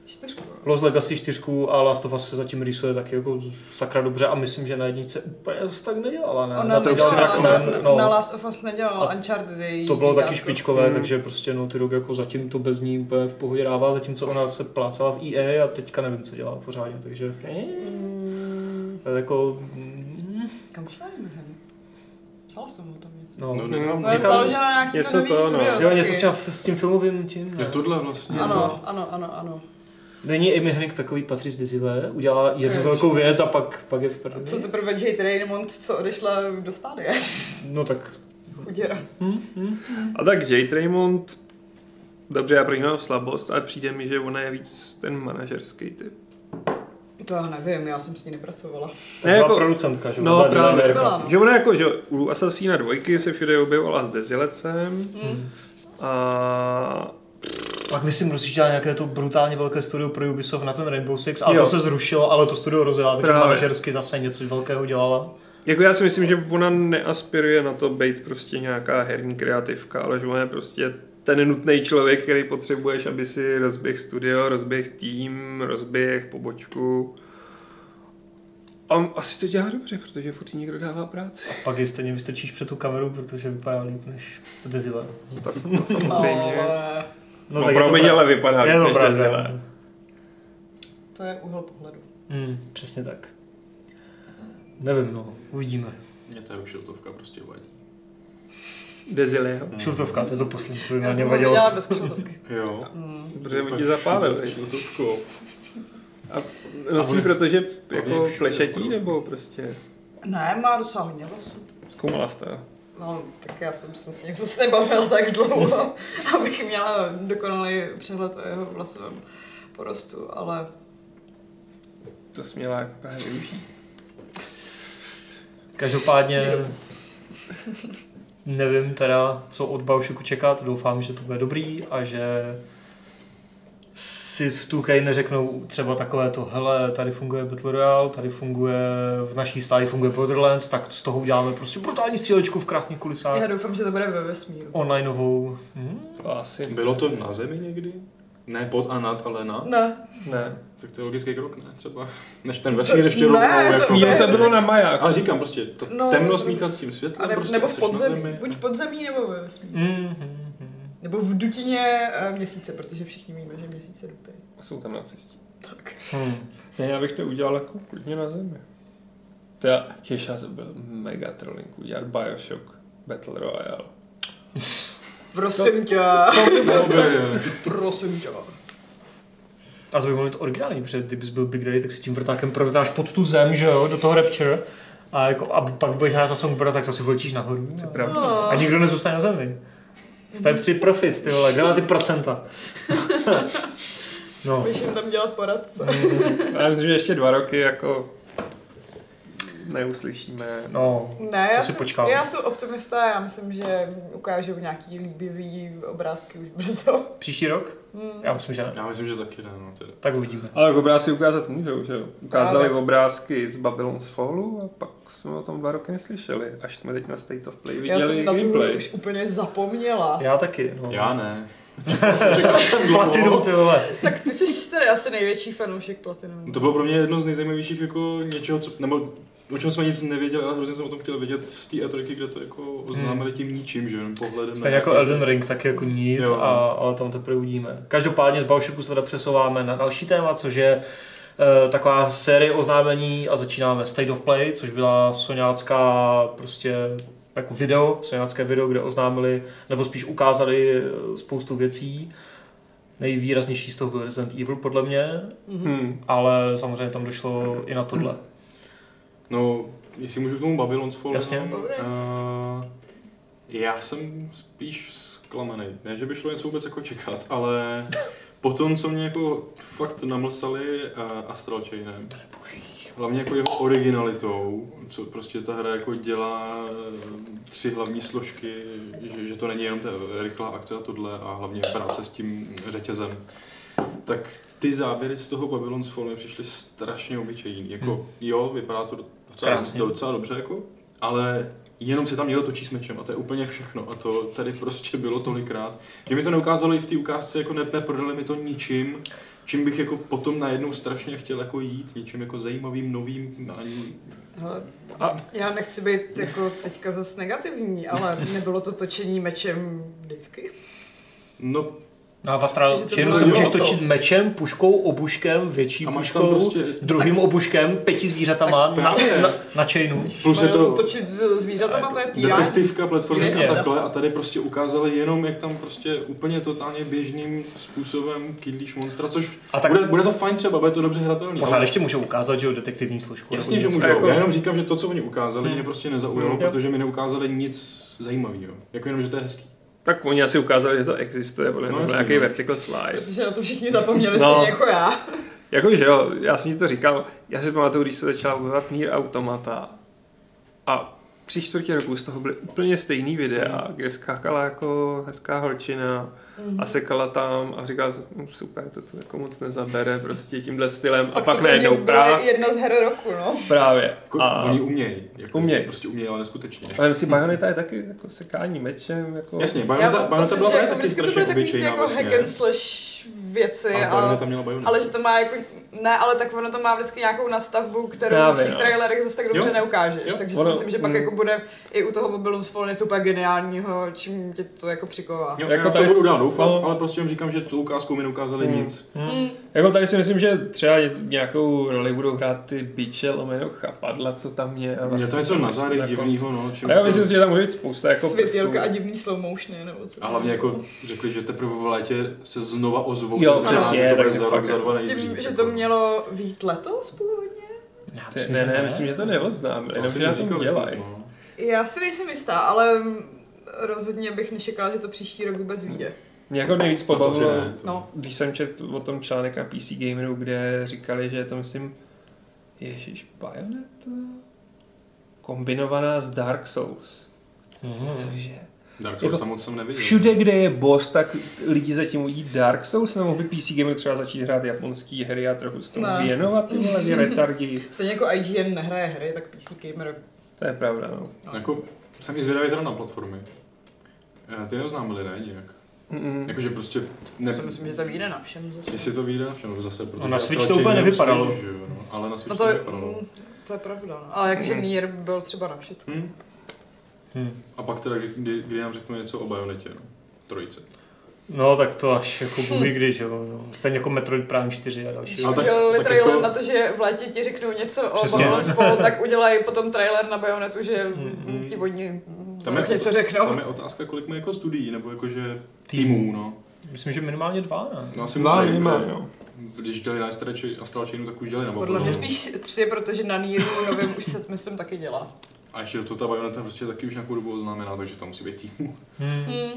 [SPEAKER 2] Čtyřku.
[SPEAKER 1] Lost Legacy 4 a Last of Us se zatím rýsuje taky jako sakra dobře a myslím, že na jednice úplně zase tak nedělala, ne?
[SPEAKER 2] Ona
[SPEAKER 1] na to
[SPEAKER 2] nedělala,
[SPEAKER 1] Trackman, no.
[SPEAKER 2] na Last of Us nedělala
[SPEAKER 1] A
[SPEAKER 2] Uncharted. její
[SPEAKER 1] To bylo taky
[SPEAKER 2] děťátko.
[SPEAKER 1] špičkové,
[SPEAKER 3] Mm.
[SPEAKER 1] hmm. takže prostě no, ty rok jako zatím to bez ní úplně v pohodě dává, zatímco ona se plácala v EA a teďka nevím, co dělá pořádně, takže
[SPEAKER 2] Mm,
[SPEAKER 1] to je jako... mm,
[SPEAKER 2] Kam šla Amy Hennig? Psala jsem o tom něco.
[SPEAKER 1] No,
[SPEAKER 4] No,
[SPEAKER 3] Mhm.
[SPEAKER 1] no,
[SPEAKER 4] nemám
[SPEAKER 2] No, je
[SPEAKER 1] Někam-
[SPEAKER 2] založena na nějaký
[SPEAKER 3] něco
[SPEAKER 2] to nový
[SPEAKER 3] to, no.
[SPEAKER 2] studio.
[SPEAKER 1] jo,
[SPEAKER 2] taky.
[SPEAKER 1] něco s, tím, s tím filmovým tím.
[SPEAKER 4] Je tohle vlastně.
[SPEAKER 3] no.
[SPEAKER 2] Ano, ano, ano, ano.
[SPEAKER 1] Není Amy Hennig takový Patrice Desile, udělá jednu velkou věc a pak, pak je v
[SPEAKER 2] A
[SPEAKER 1] prdeli.
[SPEAKER 2] co teprve Jade Raymond, co odešla do stádia?
[SPEAKER 1] No tak,
[SPEAKER 2] Chuděra.
[SPEAKER 1] hm, hm.
[SPEAKER 3] A tak Jade Raymond, dobře, já projímám slabost, ale přijde mi, že ona je víc ten manažerský typ.
[SPEAKER 2] To já nevím, já jsem s ní nepracovala.
[SPEAKER 1] Tak
[SPEAKER 3] Ne,
[SPEAKER 1] byla
[SPEAKER 3] jako-
[SPEAKER 1] producentka, že?
[SPEAKER 3] No,
[SPEAKER 1] Byla
[SPEAKER 3] právě.
[SPEAKER 1] designérka.
[SPEAKER 2] Byla, no.
[SPEAKER 3] Že ona jako, že u Asasína dvojky se všude objevovala s Dezilecem
[SPEAKER 2] Hm.
[SPEAKER 3] a
[SPEAKER 1] Pak myslím rozjížděla nějaké to brutálně velké studio pro Ubisoft na ten Rainbow Six, ale
[SPEAKER 3] Jo.
[SPEAKER 1] to se zrušilo, ale to studio rozjela, takže
[SPEAKER 3] Právě.
[SPEAKER 1] manažersky zase něco velkého dělala.
[SPEAKER 3] jako já si myslím, že ona neaspiruje na to být prostě nějaká herní kreativka, ale že ona je prostě ten nutný člověk, který potřebuješ, aby si rozběh studio, rozběh tým, rozběh pobočku. A asi to dělá dobře, protože furt jí někdo dává práci.
[SPEAKER 1] Pak je stejně vystrčíš před tu kameru, protože vypadá líp než Dezile.
[SPEAKER 3] No Tak to samozřejmě.
[SPEAKER 2] Ale
[SPEAKER 3] No, no promiň, ale vypadá
[SPEAKER 1] je
[SPEAKER 3] líp
[SPEAKER 1] to
[SPEAKER 3] než Dezile.
[SPEAKER 1] pravda.
[SPEAKER 2] to je úhel pohledu.
[SPEAKER 1] Hmm, přesně tak. Nevím, no, uvidíme.
[SPEAKER 4] Mě to je už šiltovka prostě vadí.
[SPEAKER 3] Dezileho.
[SPEAKER 1] Hmm. Šiltovka, to je to poslední, co by mě
[SPEAKER 2] Já
[SPEAKER 1] na ně
[SPEAKER 2] jsem ho
[SPEAKER 1] vadilo.
[SPEAKER 2] viděla bez kšotovky.
[SPEAKER 4] Jo.
[SPEAKER 2] Mm.
[SPEAKER 3] Dobře, on ti zapálil.
[SPEAKER 4] S
[SPEAKER 3] viď?
[SPEAKER 4] šiltovkou.
[SPEAKER 3] A nosí,
[SPEAKER 4] bude-
[SPEAKER 3] protože
[SPEAKER 4] bude
[SPEAKER 3] jako
[SPEAKER 4] všude
[SPEAKER 3] plešetí,
[SPEAKER 4] budou.
[SPEAKER 3] nebo prostě
[SPEAKER 2] Ne, má docela hodně vlasů.
[SPEAKER 3] zkoumala jste ho?
[SPEAKER 2] No, tak já jsem se s ním zase nebavila tak dlouho, abych měla dokonalý přehled o jeho vlasovém porostu, ale
[SPEAKER 3] To směla jako právě využít.
[SPEAKER 1] Každopádně nevím teda, co od Baušiku čekat. Doufám, že to bude dobrý a že si v 2K neřeknou třeba takové to, hele, tady funguje Battle Royale, tady funguje, v naší stáji funguje Borderlands, tak z toho uděláme prostě brutální střílečku v krásných kulisách.
[SPEAKER 2] já doufám, že to bude ve vesmíru.
[SPEAKER 1] No, Onlineovou. Hm?
[SPEAKER 3] To asi.
[SPEAKER 4] Bylo to na zemi někdy? Ne pod a nad, ale na?
[SPEAKER 2] Ne,
[SPEAKER 3] Ne.
[SPEAKER 4] Tak to je logický krok, ne? Třeba. Než ten vesmír ještě
[SPEAKER 2] Ne,
[SPEAKER 4] rovnou.
[SPEAKER 2] to-
[SPEAKER 4] jako-
[SPEAKER 2] to
[SPEAKER 3] Jo, to bylo na majáku.
[SPEAKER 4] Ale říkám prostě, to
[SPEAKER 2] No,
[SPEAKER 4] no,
[SPEAKER 2] to-
[SPEAKER 4] temno smíchat s tím
[SPEAKER 2] a
[SPEAKER 4] světlem,
[SPEAKER 2] ne
[SPEAKER 4] prostě
[SPEAKER 2] nebo
[SPEAKER 4] seš
[SPEAKER 2] v
[SPEAKER 4] na
[SPEAKER 2] podzemí,
[SPEAKER 4] zemi.
[SPEAKER 2] buď podzemí nebo ve vesmíru.
[SPEAKER 1] Mm, hm, hm.
[SPEAKER 2] Nebo v dutině eh, měsíce, protože všichni víme, že měsíce dutej.
[SPEAKER 3] Jsou tam nacisti.
[SPEAKER 2] Tak.
[SPEAKER 1] Hm.
[SPEAKER 3] Ne, já bych to udělal jako klidně na zemi. To já, ježa, to byl mega trolling udělat Bioshock Battle Royale.
[SPEAKER 2] Prosím tě,
[SPEAKER 4] No, by-
[SPEAKER 2] prosím tě.
[SPEAKER 1] A to by mohlo být originální, protože kdybys byl Big Daddy, tak si tím vrtákem provrtáš pod tu zem, že jo, do toho Rapture. A, jako, a pak budeš hrát za Songbirda, tak zase vletíš nahoru.
[SPEAKER 3] To je pravda.
[SPEAKER 2] No.
[SPEAKER 1] A nikdo nezůstane na zemi. Step 3 profit, ty vole, kde na ty procenta? No.
[SPEAKER 2] Budeš jim tam dělat poradce.
[SPEAKER 3] Já myslím, že ještě dva roky jako neuslyšíme.
[SPEAKER 1] No.
[SPEAKER 2] Ne,
[SPEAKER 1] To
[SPEAKER 2] já,
[SPEAKER 1] si
[SPEAKER 2] jsem,
[SPEAKER 1] počkáme.
[SPEAKER 2] já jsem optimista, já myslím, že ukážou nějaký líbivý obrázky už brzo.
[SPEAKER 1] Příští rok?
[SPEAKER 2] Hmm.
[SPEAKER 1] Já myslím, že ne.
[SPEAKER 4] Já myslím, že taky ne, no teda.
[SPEAKER 1] Tak uvidíme.
[SPEAKER 3] Ale jako obrázky ukázat můžou, že jo? Ukázali
[SPEAKER 2] Právě.
[SPEAKER 3] obrázky z Babylon's Fallu a pak jsme o tom dva roky neslyšeli, až jsme teď na State of Play
[SPEAKER 2] Já
[SPEAKER 3] viděli
[SPEAKER 2] jsem na tu hru
[SPEAKER 3] gameplay.
[SPEAKER 2] už úplně zapomněla.
[SPEAKER 1] Já taky, no.
[SPEAKER 4] Já ne. Čekal jsem dlouho.
[SPEAKER 1] Platinum, ty vole.
[SPEAKER 2] Tak ty jsi tady asi největší fanoušek Platinum.
[SPEAKER 4] No To bylo pro mě jedno z nejzajímavějších jako něčeho, co, nebo o čem jsme nic nevěděli, ale hrozně jsem o tom chtěl vědět z té E3, kde to jako oznámili tím ničím, že jenom pohledem.
[SPEAKER 1] Hmm. Stejně jako Elden Ring, taky jako nic,
[SPEAKER 4] Jo.
[SPEAKER 1] a, ale tam teprve uvidíme. Každopádně z Baušiku se teda přesouváme na další téma, což je e, taková série oznámení a začínáme State of Play, což byla soňácká prostě jako video, senácké video, kde oznámili, nebo spíš ukázali eh, spoustu věcí. Nejvýraznější z toho byl Resident Evil, podle mě,
[SPEAKER 2] Mhm.
[SPEAKER 3] Hmm.
[SPEAKER 1] ale samozřejmě tam došlo i na tohle.
[SPEAKER 4] No, jestli můžu k tomu Babylon's Fall.
[SPEAKER 1] Jasně.
[SPEAKER 4] Uh, já jsem spíš zklamaný. Ne, že by šlo něco vůbec jako čekat, ale po tom, co mě jako fakt namlsali uh, Astral Chainem, hlavně jako jeho originalitou, co prostě ta hra jako dělá eh, tři hlavní složky, že, že to není jenom ta rychlá akce a tohle a hlavně práce s tím řetězem, tak ty záběry z toho Babylon's Fall mi přišly strašně obyčejný. Jako,
[SPEAKER 1] Hmm.
[SPEAKER 4] jo, vypadá to docela,
[SPEAKER 1] Krásně.
[SPEAKER 4] docela dobře, jako, ale jenom se tam někdo točí s mečem a to je úplně všechno. A to tady prostě bylo tolikrát, že mi to neukázalo i v té ukázce, jako ne, neprodali mi to ničím, čím bych jako potom najednou strašně chtěl jako jít, něčím jako zajímavým, novým, ani...
[SPEAKER 2] Hele,
[SPEAKER 3] A-
[SPEAKER 2] No, já nechci být jako teďka zase negativní, ale nebylo to točení mečem vždycky.
[SPEAKER 4] No,
[SPEAKER 1] No a v Astral
[SPEAKER 2] Takže to
[SPEAKER 1] Chainu
[SPEAKER 2] bylo
[SPEAKER 1] se
[SPEAKER 4] jo,
[SPEAKER 1] můžeš
[SPEAKER 4] to.
[SPEAKER 1] točit mečem, puškou, obuškem, větší
[SPEAKER 4] a máš tam
[SPEAKER 1] puškou,
[SPEAKER 4] prostě...
[SPEAKER 1] druhým obuškem, pěti zvířatama na,
[SPEAKER 4] právě.
[SPEAKER 1] na, na chainu.
[SPEAKER 4] Plus je to
[SPEAKER 2] Točit s zvířatama, to je týrání.
[SPEAKER 4] detektivka, platformy
[SPEAKER 1] Přesně.
[SPEAKER 4] a takhle. A tady prostě ukázali jenom, jak tam prostě úplně totálně běžným způsobem kydlíš monstra, což
[SPEAKER 1] A tak
[SPEAKER 4] bude, bude, to fajn třeba, bude to dobře hratelný.
[SPEAKER 1] pořád
[SPEAKER 4] ale-
[SPEAKER 1] ještě můžou ukázat, že jo, detektivní složku. nebo
[SPEAKER 4] Jasně, že
[SPEAKER 1] něco.
[SPEAKER 4] můžou.
[SPEAKER 3] jako-
[SPEAKER 4] Já jenom říkám, že to, co oni ukázali, mě prostě nezaujalo,
[SPEAKER 1] Hmm.
[SPEAKER 4] protože mi neukázali nic zajímavého. Jako jenom, že to je hezký.
[SPEAKER 3] Tak oni asi ukázali, že to existuje, podle
[SPEAKER 4] No,
[SPEAKER 3] mě no,
[SPEAKER 4] jasně,
[SPEAKER 3] nějaký
[SPEAKER 4] no.
[SPEAKER 3] vertical slice.
[SPEAKER 2] Protože na to všichni zapomněli
[SPEAKER 3] No.
[SPEAKER 2] no. jako já.
[SPEAKER 3] Jakože jo, já jsem ti to říkal, já si pamatuju, když se začala objevovat Nier Automata a tři čtvrtě roku z toho byly úplně stejný
[SPEAKER 4] Hmm.
[SPEAKER 3] videa, kde skákala jako hezká holčina a
[SPEAKER 2] Mhm.
[SPEAKER 3] sekala tam a říkala, "Mm, super, to tu jako moc nezabere prostě tímhle stylem a pak
[SPEAKER 2] to pro mě
[SPEAKER 3] najednou
[SPEAKER 2] byla
[SPEAKER 3] prás,
[SPEAKER 2] jedna z her roku, no.
[SPEAKER 3] právě.
[SPEAKER 4] Jako,
[SPEAKER 3] A,
[SPEAKER 4] Oni umějí. Jako,
[SPEAKER 3] Umějí.
[SPEAKER 4] Prostě umějí, ale neskutečně.
[SPEAKER 3] ale si Bayonetta je taky jako sekání mečem, jako...
[SPEAKER 4] Jasně,
[SPEAKER 2] Já
[SPEAKER 4] Bayonetta, Bayonetta
[SPEAKER 2] myslím,
[SPEAKER 4] byla
[SPEAKER 2] že
[SPEAKER 4] taky
[SPEAKER 2] jako vždycky to byly
[SPEAKER 4] strašně
[SPEAKER 2] takový ty
[SPEAKER 4] obyčejná
[SPEAKER 2] jako hack
[SPEAKER 4] vlastně.
[SPEAKER 2] and slash věci,
[SPEAKER 4] Ale
[SPEAKER 2] ale,
[SPEAKER 4] Bayonetta měla Bayonetta.
[SPEAKER 2] ale že to má jako, ne, ale tak ono to má vždycky nějakou nastavbu, kterou
[SPEAKER 3] Právě,
[SPEAKER 2] v těch
[SPEAKER 3] no.
[SPEAKER 2] trailerech zase tak dobře
[SPEAKER 4] Jo.
[SPEAKER 2] neukážeš,
[SPEAKER 4] Jo.
[SPEAKER 2] takže
[SPEAKER 3] Ono-
[SPEAKER 2] si myslím, že pak
[SPEAKER 3] mm.
[SPEAKER 2] jako bude i u toho mobilu spolu něco úplně geniálního, čím tě to jako přiková.
[SPEAKER 4] Jo,
[SPEAKER 3] Jako
[SPEAKER 4] jako já to
[SPEAKER 3] tady s-
[SPEAKER 4] budu dál doufat,
[SPEAKER 3] no.
[SPEAKER 4] ale prostě jenom říkám, že tu ukázku mi neukázali
[SPEAKER 3] Hmm.
[SPEAKER 4] nic.
[SPEAKER 2] Mm.
[SPEAKER 1] Hmm.
[SPEAKER 3] Jako tady si myslím, že třeba nějakou roli budou hrát ty biče, lomeno chapadla, co tam je. ale-
[SPEAKER 4] Měl tam něco na zádech
[SPEAKER 3] Jako-
[SPEAKER 4] divného, no. čím
[SPEAKER 3] A já
[SPEAKER 4] to-
[SPEAKER 3] myslím si, že tam může být spousta jako
[SPEAKER 2] Světělka a
[SPEAKER 3] prvků.
[SPEAKER 2] divný slow motiony, nebo co.
[SPEAKER 4] A hlavně jako řekli, že teprve v létě se znova ozvou.
[SPEAKER 3] Jo,
[SPEAKER 4] to znamená,
[SPEAKER 2] přesně,
[SPEAKER 4] že to bude
[SPEAKER 3] tak je
[SPEAKER 4] za
[SPEAKER 3] fakt
[SPEAKER 4] rok, za dva
[SPEAKER 2] S tím,
[SPEAKER 4] nejdřív.
[SPEAKER 2] Prostě
[SPEAKER 4] jako.
[SPEAKER 2] že to mělo být letos původně?
[SPEAKER 1] Já
[SPEAKER 3] Ty, ne, ne, myslím, že to neoznám, jenom že na tom dělají.
[SPEAKER 4] no,
[SPEAKER 2] Já si nejsem jistá, ale rozhodně bych nečekala, že to příští rok vůbec vyjde.
[SPEAKER 4] Hmm.
[SPEAKER 3] Mě jako nejvíc pobavilo,
[SPEAKER 2] No,
[SPEAKER 3] když jsem četl o tom článek na PC Gameru, kde říkali, že je to myslím, ježíš, Bayonetta? Kombinovaná s Dark Souls. Cože?
[SPEAKER 4] Dark
[SPEAKER 3] Jako
[SPEAKER 4] Souls tam moc jsem neviděl.
[SPEAKER 3] Všude, kde je boss, tak lidi zatím uvidí Dark Souls, nebo by PC Gamer třeba začít hrát japonský hry a trochu se tomu
[SPEAKER 2] Ne.
[SPEAKER 3] věnovat, ty vole, ty retardi.
[SPEAKER 2] stejně jako IGN nehraje hry, tak PC Gamer.
[SPEAKER 3] To je pravda, no.
[SPEAKER 4] Jako, jsem i zvědavý teda na platformy. Eh, Ty neoznámili, ne, nějak.
[SPEAKER 3] Mm-mm.
[SPEAKER 4] Jakože prostě,
[SPEAKER 2] Ne.
[SPEAKER 4] ne,
[SPEAKER 2] Si myslím, že to vyjde na všem. zase.
[SPEAKER 4] jestli to vyjde, všechno zase. protože
[SPEAKER 1] No, na
[SPEAKER 4] já
[SPEAKER 1] Switch to
[SPEAKER 4] třeba
[SPEAKER 1] úplně
[SPEAKER 4] čekám
[SPEAKER 1] nevypadalo.
[SPEAKER 4] Switch, že jo, no, ale na
[SPEAKER 2] No
[SPEAKER 4] Switch
[SPEAKER 2] to,
[SPEAKER 4] to
[SPEAKER 2] je,
[SPEAKER 4] vypadalo.
[SPEAKER 2] mm, to je pravda, no. Ale jakže
[SPEAKER 4] Hmm.
[SPEAKER 3] Mm.
[SPEAKER 2] Nier byl třeba na všechno.
[SPEAKER 4] Hm?
[SPEAKER 1] Hmm.
[SPEAKER 4] A pak teda, kdy- kdy, kdy nám řeknu něco o Bajonetě, no. Trojice.
[SPEAKER 1] No tak to až jako bůh ví že jo. No. Stejně jako Metroid Prime 4 a další.
[SPEAKER 4] A
[SPEAKER 2] Když
[SPEAKER 4] tak-
[SPEAKER 2] udělali
[SPEAKER 4] tak
[SPEAKER 2] trailer
[SPEAKER 4] jako-
[SPEAKER 2] na to, že v létě ti řeknou něco o
[SPEAKER 1] Přesně.
[SPEAKER 2] Babylon spolu, tak udělají potom trailer na Bayonetu, že
[SPEAKER 1] Mm,
[SPEAKER 4] mm.
[SPEAKER 2] ti vodní
[SPEAKER 4] Tam je-
[SPEAKER 2] něco řeknou.
[SPEAKER 4] Tam je otázka, kolik má jako studií, nebo jakože týmů, no.
[SPEAKER 1] Myslím, že minimálně dva, ne?
[SPEAKER 4] No asi
[SPEAKER 3] Dva
[SPEAKER 4] musí,
[SPEAKER 3] minimálně,
[SPEAKER 4] že-
[SPEAKER 3] jo.
[SPEAKER 4] Když dělali na Astrači- Astral Chainu, tak už dělali na no.
[SPEAKER 2] Podle mě
[SPEAKER 4] Babylonu.
[SPEAKER 2] spíš tři, protože na Nieru novém už se myslím taky dělá.
[SPEAKER 4] A ještě do toho ta Bajoneta prostě taky už nějakou dobu oznámená, takže tam musí být týmů.
[SPEAKER 1] Hmm.
[SPEAKER 2] Mm.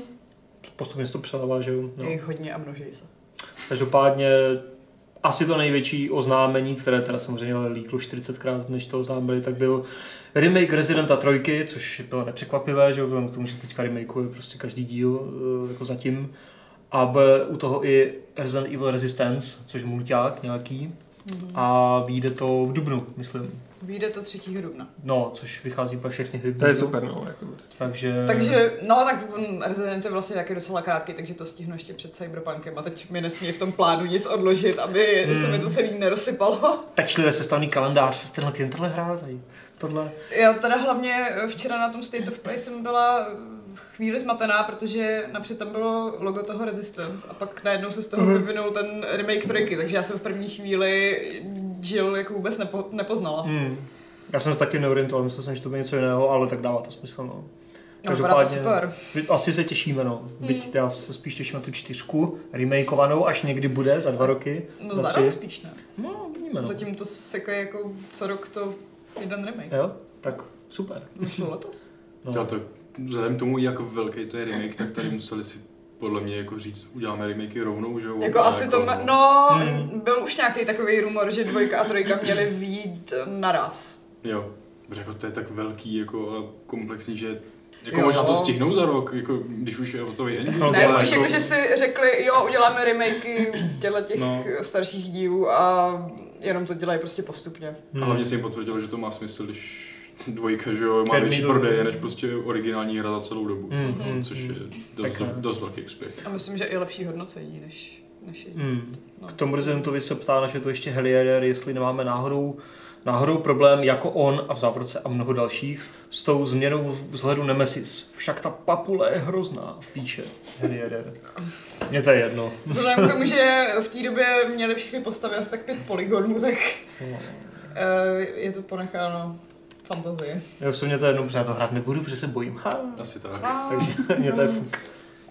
[SPEAKER 1] Postupně se to přelevá, že jo. No.
[SPEAKER 2] Je jich hodně a množí se.
[SPEAKER 1] Každopádně asi to největší oznámení, které teda samozřejmě ale líklo 40krát, než to oznámili, tak byl remake Residenta 3, což bylo nepřekvapivé, že jo, vzhledem k tomu, že se teďka remakeuje prostě každý díl eh, jako zatím. A b, u toho i Resident Evil Resistance, což mulťák nějaký. A vyjde to v Dubnu, myslím.
[SPEAKER 2] Vyjde to 3. dubna.
[SPEAKER 1] No, což vychází pro všechny hry. v
[SPEAKER 3] To je
[SPEAKER 1] dubnu.
[SPEAKER 3] super, no. Jako prostě.
[SPEAKER 1] Takže,
[SPEAKER 2] Takže, no tak mm, Resident je vlastně taky docela krátký, takže to stihnu ještě před Cyberpunkem a teď mi nesmí v tom plánu nic odložit, aby
[SPEAKER 1] Hmm.
[SPEAKER 2] se mi to celý nerozsypalo.
[SPEAKER 1] pečlivě sestavný kalendář, tenhle týden tohle hrá, tady tohle.
[SPEAKER 2] Já teda hlavně včera na tom State of Play jsem byla chvíli zmatená, protože napřed tam bylo logo toho Resistance a pak najednou se z
[SPEAKER 1] Mhm.
[SPEAKER 2] toho vyvinul ten remake trojky, takže já jsem v první chvíli Jill jako vůbec nepo, nepoznala.
[SPEAKER 1] Hmm. Já jsem se taky neorientoval, myslel jsem, že to bude něco jiného, ale tak dává to smysl, no.
[SPEAKER 2] No, vypadá to
[SPEAKER 1] Každopádně-
[SPEAKER 2] super.
[SPEAKER 1] Vy- Asi se těšíme, no. Byť já se spíš těším na tu čtyřku, remakeovanou, až někdy bude, za dva roky.
[SPEAKER 2] No za
[SPEAKER 1] tři.
[SPEAKER 2] rok spíš ne.
[SPEAKER 1] No, uvidíme, no.
[SPEAKER 2] Zatím to sekají jako co rok to jeden remake.
[SPEAKER 1] Jo? Tak super.
[SPEAKER 2] Vyšlo letos.
[SPEAKER 1] No.
[SPEAKER 4] Já to, vzhledem k tomu, jak velký to je remake, tak tady museli si podle mě jako říct, uděláme remakey rovnou, že jo?
[SPEAKER 2] Jako
[SPEAKER 4] A
[SPEAKER 2] asi to... ma-
[SPEAKER 4] no.
[SPEAKER 2] No,
[SPEAKER 1] Hmm.
[SPEAKER 2] byl už nějaký takový rumor, že dvojka a trojka měly výjít naraz.
[SPEAKER 4] Jo, protože jako to je tak velký jako a komplexní, že jako
[SPEAKER 2] Jo.
[SPEAKER 4] jo. možná to stihnou za rok, jako když už je hotový engine.
[SPEAKER 1] No,
[SPEAKER 2] Ne,
[SPEAKER 1] ale
[SPEAKER 2] spíš jako, že si řekli, jo, uděláme remakey těle těch
[SPEAKER 1] No.
[SPEAKER 2] starších dílů a jenom to dělají prostě postupně.
[SPEAKER 3] Hmm.
[SPEAKER 1] Hmm.
[SPEAKER 4] A hlavně se jim potvrdilo, že to má smysl, když dvojka, že jo, má
[SPEAKER 1] Firmy
[SPEAKER 4] větší
[SPEAKER 1] dobu.
[SPEAKER 4] prodeje než prostě originální hra za celou dobu,
[SPEAKER 3] Hmm,
[SPEAKER 1] Mm,
[SPEAKER 4] mm,
[SPEAKER 1] mm,
[SPEAKER 4] což
[SPEAKER 1] mm.
[SPEAKER 4] je dost,
[SPEAKER 1] Pěkné.
[SPEAKER 4] dost velký úspěch.
[SPEAKER 2] A myslím, že i lepší hodnocení než, než je.
[SPEAKER 1] Hmm.
[SPEAKER 2] No.
[SPEAKER 1] K tomu rezidentovi se ptá, naše to ještě Heliader, jestli nemáme náhodou, náhodou problém jako on a v závorce a mnoho dalších s tou změnou vzhledu Nemesis. Však ta papule je hrozná, píše Heliader. Mně to je jedno.
[SPEAKER 2] Vzhledem k tomu, že v té době měli všechny postavy asi tak pět poligonů, tak eh, je to ponecháno fantazii.
[SPEAKER 1] Jo, jsou mě to je jedno, protože já to hrát nebudu, protože se bojím. Ha,
[SPEAKER 4] Asi tak.
[SPEAKER 1] takže mě to je fuk.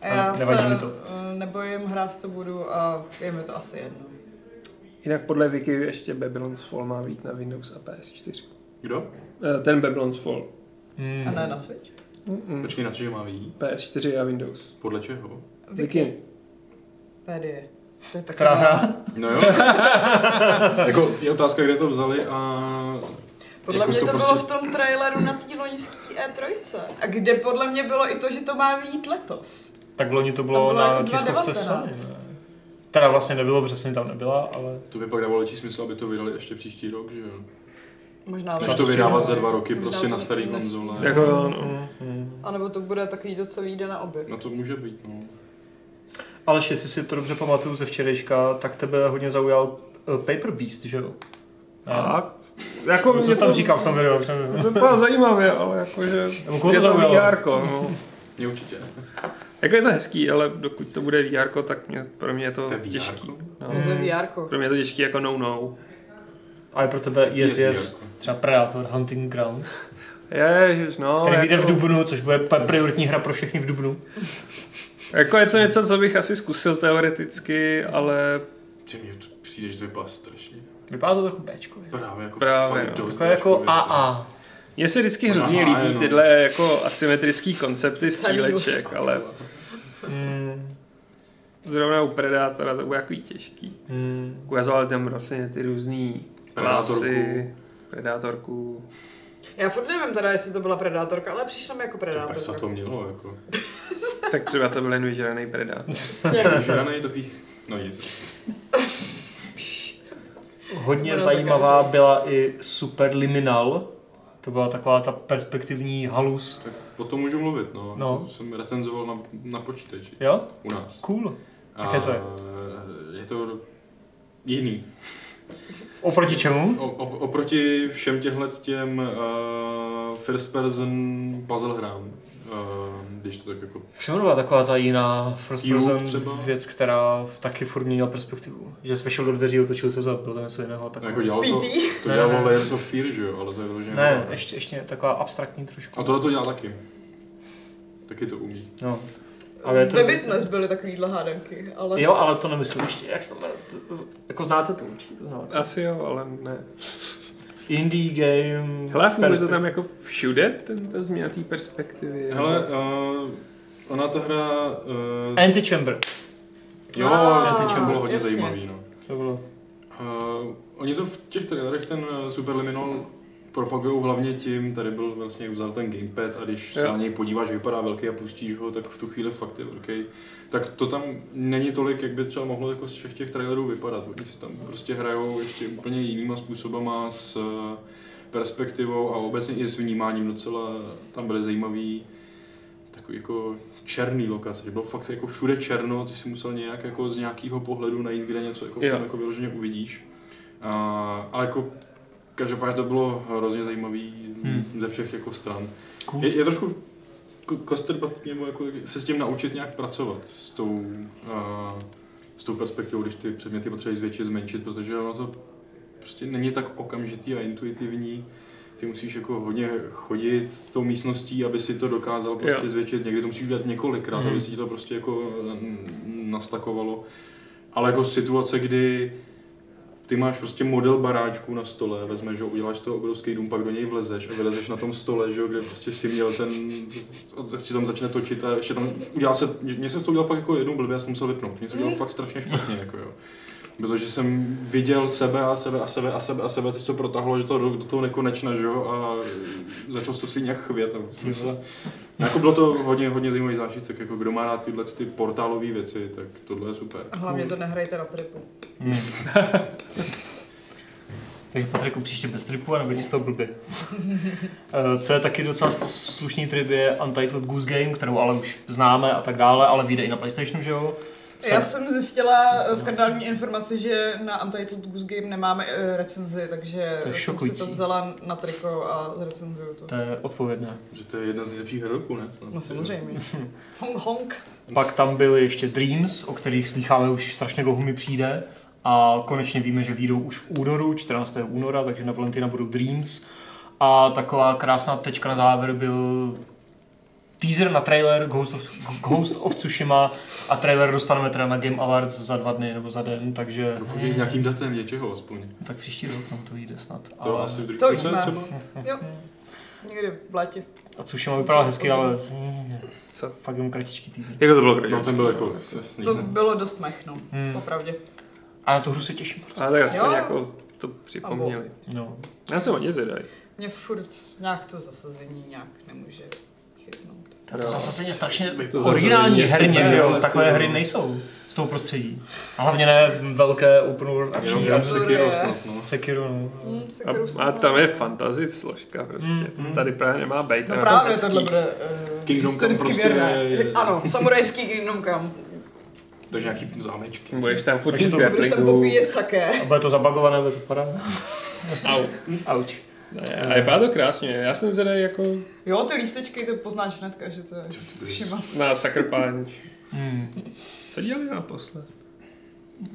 [SPEAKER 2] A já
[SPEAKER 1] Nevadí
[SPEAKER 2] se
[SPEAKER 1] mi to.
[SPEAKER 2] eh, nebojím, hrát to budu a je mi to asi jedno.
[SPEAKER 3] Jinak podle Wiki ještě Babylon's Fall má být na Windows a PS4.
[SPEAKER 4] Kdo?
[SPEAKER 3] Eh, Ten Babylon's Fall.
[SPEAKER 1] Hmm.
[SPEAKER 2] A ne na Switch?
[SPEAKER 3] Mm-mm.
[SPEAKER 4] Počkej, na co, že má ví?
[SPEAKER 3] PS4 a Windows.
[SPEAKER 4] Podle čeho?
[SPEAKER 3] Wiki.
[SPEAKER 2] Wikipedie. To je
[SPEAKER 1] Která
[SPEAKER 2] taková...
[SPEAKER 1] hra?
[SPEAKER 4] No jo. jako je otázka, kde to vzali a...
[SPEAKER 2] Podle
[SPEAKER 4] jako
[SPEAKER 2] mě to,
[SPEAKER 4] prostě-
[SPEAKER 2] bylo v tom traileru na té loňský E3. A kde podle mě bylo i to, že to má vyjít letos.
[SPEAKER 1] Tak loni to
[SPEAKER 2] To
[SPEAKER 1] bylo,
[SPEAKER 2] bylo
[SPEAKER 1] na
[SPEAKER 2] jako
[SPEAKER 1] tiskovce
[SPEAKER 2] 2019.
[SPEAKER 1] Sony. ne? Teda vlastně nebylo, protože Sony tam nebyla, ale...
[SPEAKER 4] To by pak dávalo větší smysl, aby to vydali ještě příští rok, že jo?
[SPEAKER 2] Možná
[SPEAKER 4] Když
[SPEAKER 2] letos.
[SPEAKER 4] to vydávat za dva roky
[SPEAKER 2] Možná
[SPEAKER 4] prostě
[SPEAKER 2] to
[SPEAKER 4] na starý
[SPEAKER 2] nesmí.
[SPEAKER 4] konzole.
[SPEAKER 3] Jako, jo, no.
[SPEAKER 1] Hmm.
[SPEAKER 2] A nebo to bude takový to, co vyjde na oběd.
[SPEAKER 4] Na to může být, no.
[SPEAKER 1] Ale jestli si to dobře pamatuju ze včerejška, tak tebe hodně zaujal eh, Paper Beast, že jo?
[SPEAKER 3] Fakt. Jako
[SPEAKER 1] Co
[SPEAKER 3] mě
[SPEAKER 1] jsi tam
[SPEAKER 3] to-
[SPEAKER 1] říkal v tom videu? už nevím.
[SPEAKER 3] To bylo zajímavé, ale jakože...
[SPEAKER 1] Nebo koho
[SPEAKER 3] je
[SPEAKER 1] to
[SPEAKER 3] to
[SPEAKER 1] zaujalo?
[SPEAKER 3] VRko, no.
[SPEAKER 4] Je určitě.
[SPEAKER 3] Jako je to hezký, ale dokud to bude VRko, tak mě, pro mě je to,
[SPEAKER 4] To je
[SPEAKER 3] těžký.
[SPEAKER 4] VRko?
[SPEAKER 3] No.
[SPEAKER 2] Je to VR.
[SPEAKER 3] Pro mě je to těžký jako no-no.
[SPEAKER 1] A je pro tebe yes,
[SPEAKER 4] Je
[SPEAKER 1] yes,
[SPEAKER 4] sbírka.
[SPEAKER 1] třeba Predator, Hunting Ground,
[SPEAKER 3] Ježiš, no.
[SPEAKER 1] který vyjde
[SPEAKER 3] jako,
[SPEAKER 1] v Dubnu, což bude pe- prioritní hra pro všechny v Dubnu.
[SPEAKER 3] Jako je to něco, co bych asi zkusil teoreticky, ale
[SPEAKER 4] Ty mě to přijde, že to vypadá strašně.
[SPEAKER 1] Vypadá to trochu Bčkově.
[SPEAKER 4] Právě jako
[SPEAKER 3] Právě,
[SPEAKER 4] fakt
[SPEAKER 3] no.
[SPEAKER 4] dost
[SPEAKER 1] Takové jako
[SPEAKER 4] dáškově.
[SPEAKER 1] AA.
[SPEAKER 3] mně se vždycky hrozně
[SPEAKER 4] Aha,
[SPEAKER 3] líbí
[SPEAKER 4] no.
[SPEAKER 3] tyhle jako asymetrický koncepty stříleček, ale
[SPEAKER 1] Mm,
[SPEAKER 3] zrovna u Predátora to bude takový těžký.
[SPEAKER 1] mm.
[SPEAKER 3] Ukazovali tam vlastně ty různý
[SPEAKER 4] Predátorku.
[SPEAKER 3] klasy, Predátorku.
[SPEAKER 2] Já furt nevím teda, jestli to byla predátorka, ale přišla mi jako
[SPEAKER 4] To prsa
[SPEAKER 2] predátorka.
[SPEAKER 4] to mělo, jako.
[SPEAKER 3] Tak třeba to byl jen vyžraný Predátor.
[SPEAKER 4] Žranej takový... No nic.
[SPEAKER 1] Hodně
[SPEAKER 2] Ono
[SPEAKER 1] zajímavá byla i Superliminal. To byla taková ta perspektivní halus.
[SPEAKER 4] Tak o tom můžu mluvit, no.
[SPEAKER 1] No.
[SPEAKER 4] To jsem recenzoval na, na počítači.
[SPEAKER 1] Jo?
[SPEAKER 4] U nás.
[SPEAKER 1] Cool. Jaké to je?
[SPEAKER 4] Je to jiný.
[SPEAKER 1] Oproti čemu?
[SPEAKER 4] O, o, oproti všem těmhle těm uh, first person puzzle hrám, uh, když to tak jako...
[SPEAKER 1] Jak se jmenovala taková ta jiná first
[SPEAKER 4] Cube
[SPEAKER 1] person
[SPEAKER 4] třeba?
[SPEAKER 1] věc, která taky furt měnila perspektivu. Že jsi vešel do dveří, otočil se za, bylo to něco jiného.
[SPEAKER 4] Tak
[SPEAKER 1] Tak...
[SPEAKER 4] jako dělalo to,
[SPEAKER 2] PT.
[SPEAKER 4] to
[SPEAKER 1] Ne,
[SPEAKER 4] dělalo
[SPEAKER 1] ne, ne.
[SPEAKER 4] Layers of Fear, že jo, ale to je vyloženě...
[SPEAKER 1] Ne, ještě, ještě taková abstraktní trošku.
[SPEAKER 4] A tohle to dělá taky. Taky to umí.
[SPEAKER 1] No. Ale je to-
[SPEAKER 2] Ve Witness byly takovýhle hádanky, ale...
[SPEAKER 1] Jo, ale to nemyslím ještě, jak se to jmenuje, to- to- jako znáte to určitě, to znáte.
[SPEAKER 3] Asi jo, ale ne.
[SPEAKER 1] Indie game,
[SPEAKER 3] Hele, funguje to
[SPEAKER 1] perspekt-
[SPEAKER 3] tam jako všude, ten, ta změna té perspektivy.
[SPEAKER 4] Hele, uh, ona ta hra... Uh,
[SPEAKER 1] Eh, Antichamber,
[SPEAKER 4] jo,
[SPEAKER 2] Ah,
[SPEAKER 4] to čem bylo hodně
[SPEAKER 2] jasně.
[SPEAKER 4] zajímavý, no.
[SPEAKER 1] to bylo.
[SPEAKER 4] Uh, oni to v těch trailerech ten eh, Superliminal propagují hlavně tím, tady byl vlastně vzal ten gamepad a když se
[SPEAKER 3] Jo.
[SPEAKER 4] na něj podíváš, vypadá velký a pustíš ho, tak v tu chvíli fakt je velký. Tak to tam není tolik, jak by třeba mohlo jako z všech těch trailerů vypadat. Oni si tam prostě hrajou ještě úplně jinýma způsobama s eh, perspektivou a obecně i s vnímáním docela tam byly zajímavý takový jako černý lokace, že bylo fakt jako všude černo, ty si musel nějak jako z nějakého pohledu najít, kde něco jako,
[SPEAKER 3] Jo.
[SPEAKER 4] tam jako vyloženě uvidíš. A, ale jako každopádně to bylo hrozně zajímavý
[SPEAKER 1] Hmm.
[SPEAKER 4] hmm. ze všech jako stran.
[SPEAKER 1] Cool.
[SPEAKER 4] Je, je trošku ko- kostrbat nebo jako se s tím naučit nějak pracovat, s tou, uh, s tou perspektivou, když ty předměty potřebuješ zvětšit, zmenšit, protože ono to prostě není tak okamžitý a intuitivní, Ty musíš jako hodně chodit s tou místností, aby si to dokázal prostě
[SPEAKER 3] Jo.
[SPEAKER 4] zvětšit. Někdy to musíš dělat několikrát,
[SPEAKER 1] Mhm.
[SPEAKER 4] aby si ti to prostě jako mm, nastakovalo. Ale jako situace, kdy ty máš prostě model baráčku na stole, vezmeš, že jo, uděláš to obrovský dům, pak do něj vlezeš a vylezeš na tom stole, že jo, kde prostě si měl ten, a tak si tam začne točit a ještě tam udělal se, mě jsem to udělal fakt jako jednou blbě, já jsem musel vypnout, mě se
[SPEAKER 2] Mhm.
[SPEAKER 4] udělal fakt strašně špatně, jako jo. Protože jsem viděl sebe a sebe a sebe a sebe a sebe, teď se to protahlo, že to do, do toho nekonečna, že jo, a začal se to si nějak chvět. A,
[SPEAKER 2] Mhm.
[SPEAKER 4] jako bylo to hodně, hodně zajímavý zážitek, jako kdo má rád tyhle ty portálové věci, tak tohle je super.
[SPEAKER 2] Hlavně to nehrajte na tripu.
[SPEAKER 1] Hmm. Takže Patriku příště bez tripu, anebo ti z toho blbě. Eh, Co je taky docela s- slušný trip je Untitled Goose Game, kterou ale už známe a tak dále, ale vyjde i na PlayStationu, že jo? Se-
[SPEAKER 2] Já jsem zjistila eh, skandální informaci, že na Untitled Goose Game nemáme eh, recenzi, takže
[SPEAKER 1] To je
[SPEAKER 2] jsem si
[SPEAKER 1] šokující.
[SPEAKER 2] to vzala na triko a zrecenzuju to.
[SPEAKER 1] To je odpovědné.
[SPEAKER 4] Že to je jedna z nejlepších heroků, ne? Snad.
[SPEAKER 2] No samozřejmě. Hong Hong.
[SPEAKER 1] Pak tam byly ještě Dreams, o kterých slycháme už strašně dlouho mi přijde. A konečně víme, že výjdou už v únoru, 14. února, takže na Valentina budou Dreams. A taková krásná tečka na závěr byl teaser na trailer Ghost of, Ghost of Tsushima a trailer dostaneme teda na Game Awards za dva dny nebo za den, takže
[SPEAKER 4] Doufám, že i s nějakým datem něčeho aspoň.
[SPEAKER 1] tak příští rok nám to vyjde snad.
[SPEAKER 4] To
[SPEAKER 1] ale...
[SPEAKER 4] asi v druhé
[SPEAKER 2] To
[SPEAKER 4] konce
[SPEAKER 2] víme.
[SPEAKER 4] třeba.
[SPEAKER 2] Jo. Někdy v létě.
[SPEAKER 1] A Tsushima vypadala hezky, ale
[SPEAKER 3] Co?
[SPEAKER 1] fakt jenom kratičký teaser.
[SPEAKER 3] Jako to bylo
[SPEAKER 4] No ten byl jako...
[SPEAKER 2] To bylo dost mech, no.
[SPEAKER 1] Hmm.
[SPEAKER 2] Popravdě.
[SPEAKER 1] A na tu hru se těším.
[SPEAKER 3] Ale tak aspoň
[SPEAKER 2] Jo.
[SPEAKER 3] jako to připomněli.
[SPEAKER 1] No.
[SPEAKER 3] Já jsem hodně zvědavý.
[SPEAKER 2] Mě furt nějak to zasazení nějak nemůže chytnout.
[SPEAKER 1] A to zase se mě strašně
[SPEAKER 3] To zase
[SPEAKER 1] originální
[SPEAKER 3] mě
[SPEAKER 1] herně,
[SPEAKER 3] super,
[SPEAKER 1] že jo?
[SPEAKER 3] ale
[SPEAKER 1] Takové
[SPEAKER 3] to-
[SPEAKER 1] hry nejsou z toho prostředí. A hlavně ne velké open world
[SPEAKER 4] Jenom
[SPEAKER 1] action.
[SPEAKER 4] gram
[SPEAKER 2] Absolutně.
[SPEAKER 4] Sekiro snad, no.
[SPEAKER 1] Sekiro, no.
[SPEAKER 2] Hmm, se kterou
[SPEAKER 3] A,
[SPEAKER 2] jsem
[SPEAKER 3] a
[SPEAKER 2] byla.
[SPEAKER 3] tam je fantasy složka prostě.
[SPEAKER 1] Mm, mm.
[SPEAKER 3] Tady právě nemá být.
[SPEAKER 2] No
[SPEAKER 3] ale
[SPEAKER 2] právě
[SPEAKER 3] to
[SPEAKER 2] tohle
[SPEAKER 3] hezký.
[SPEAKER 2] bude uh,
[SPEAKER 4] Kingdom Come prostě je-
[SPEAKER 2] Ano, samurajský Kingdom Come.
[SPEAKER 4] Takže nějaký zámečky.
[SPEAKER 3] Budeš tam furt
[SPEAKER 1] Takže to
[SPEAKER 3] mít
[SPEAKER 2] Budeš tam
[SPEAKER 3] repliku.
[SPEAKER 2] popíjet saké.
[SPEAKER 1] A bude to zabagované, bude to padá.
[SPEAKER 3] Au.
[SPEAKER 1] Auč.
[SPEAKER 3] Ne, A vypadá to krásně. Já jsem zvědavý jako
[SPEAKER 2] Jo, ty lístečky, to poznáš hnedka, že to je Tsushima.
[SPEAKER 3] na Sucker Punch.
[SPEAKER 1] Hmm.
[SPEAKER 3] Co dělali naposled?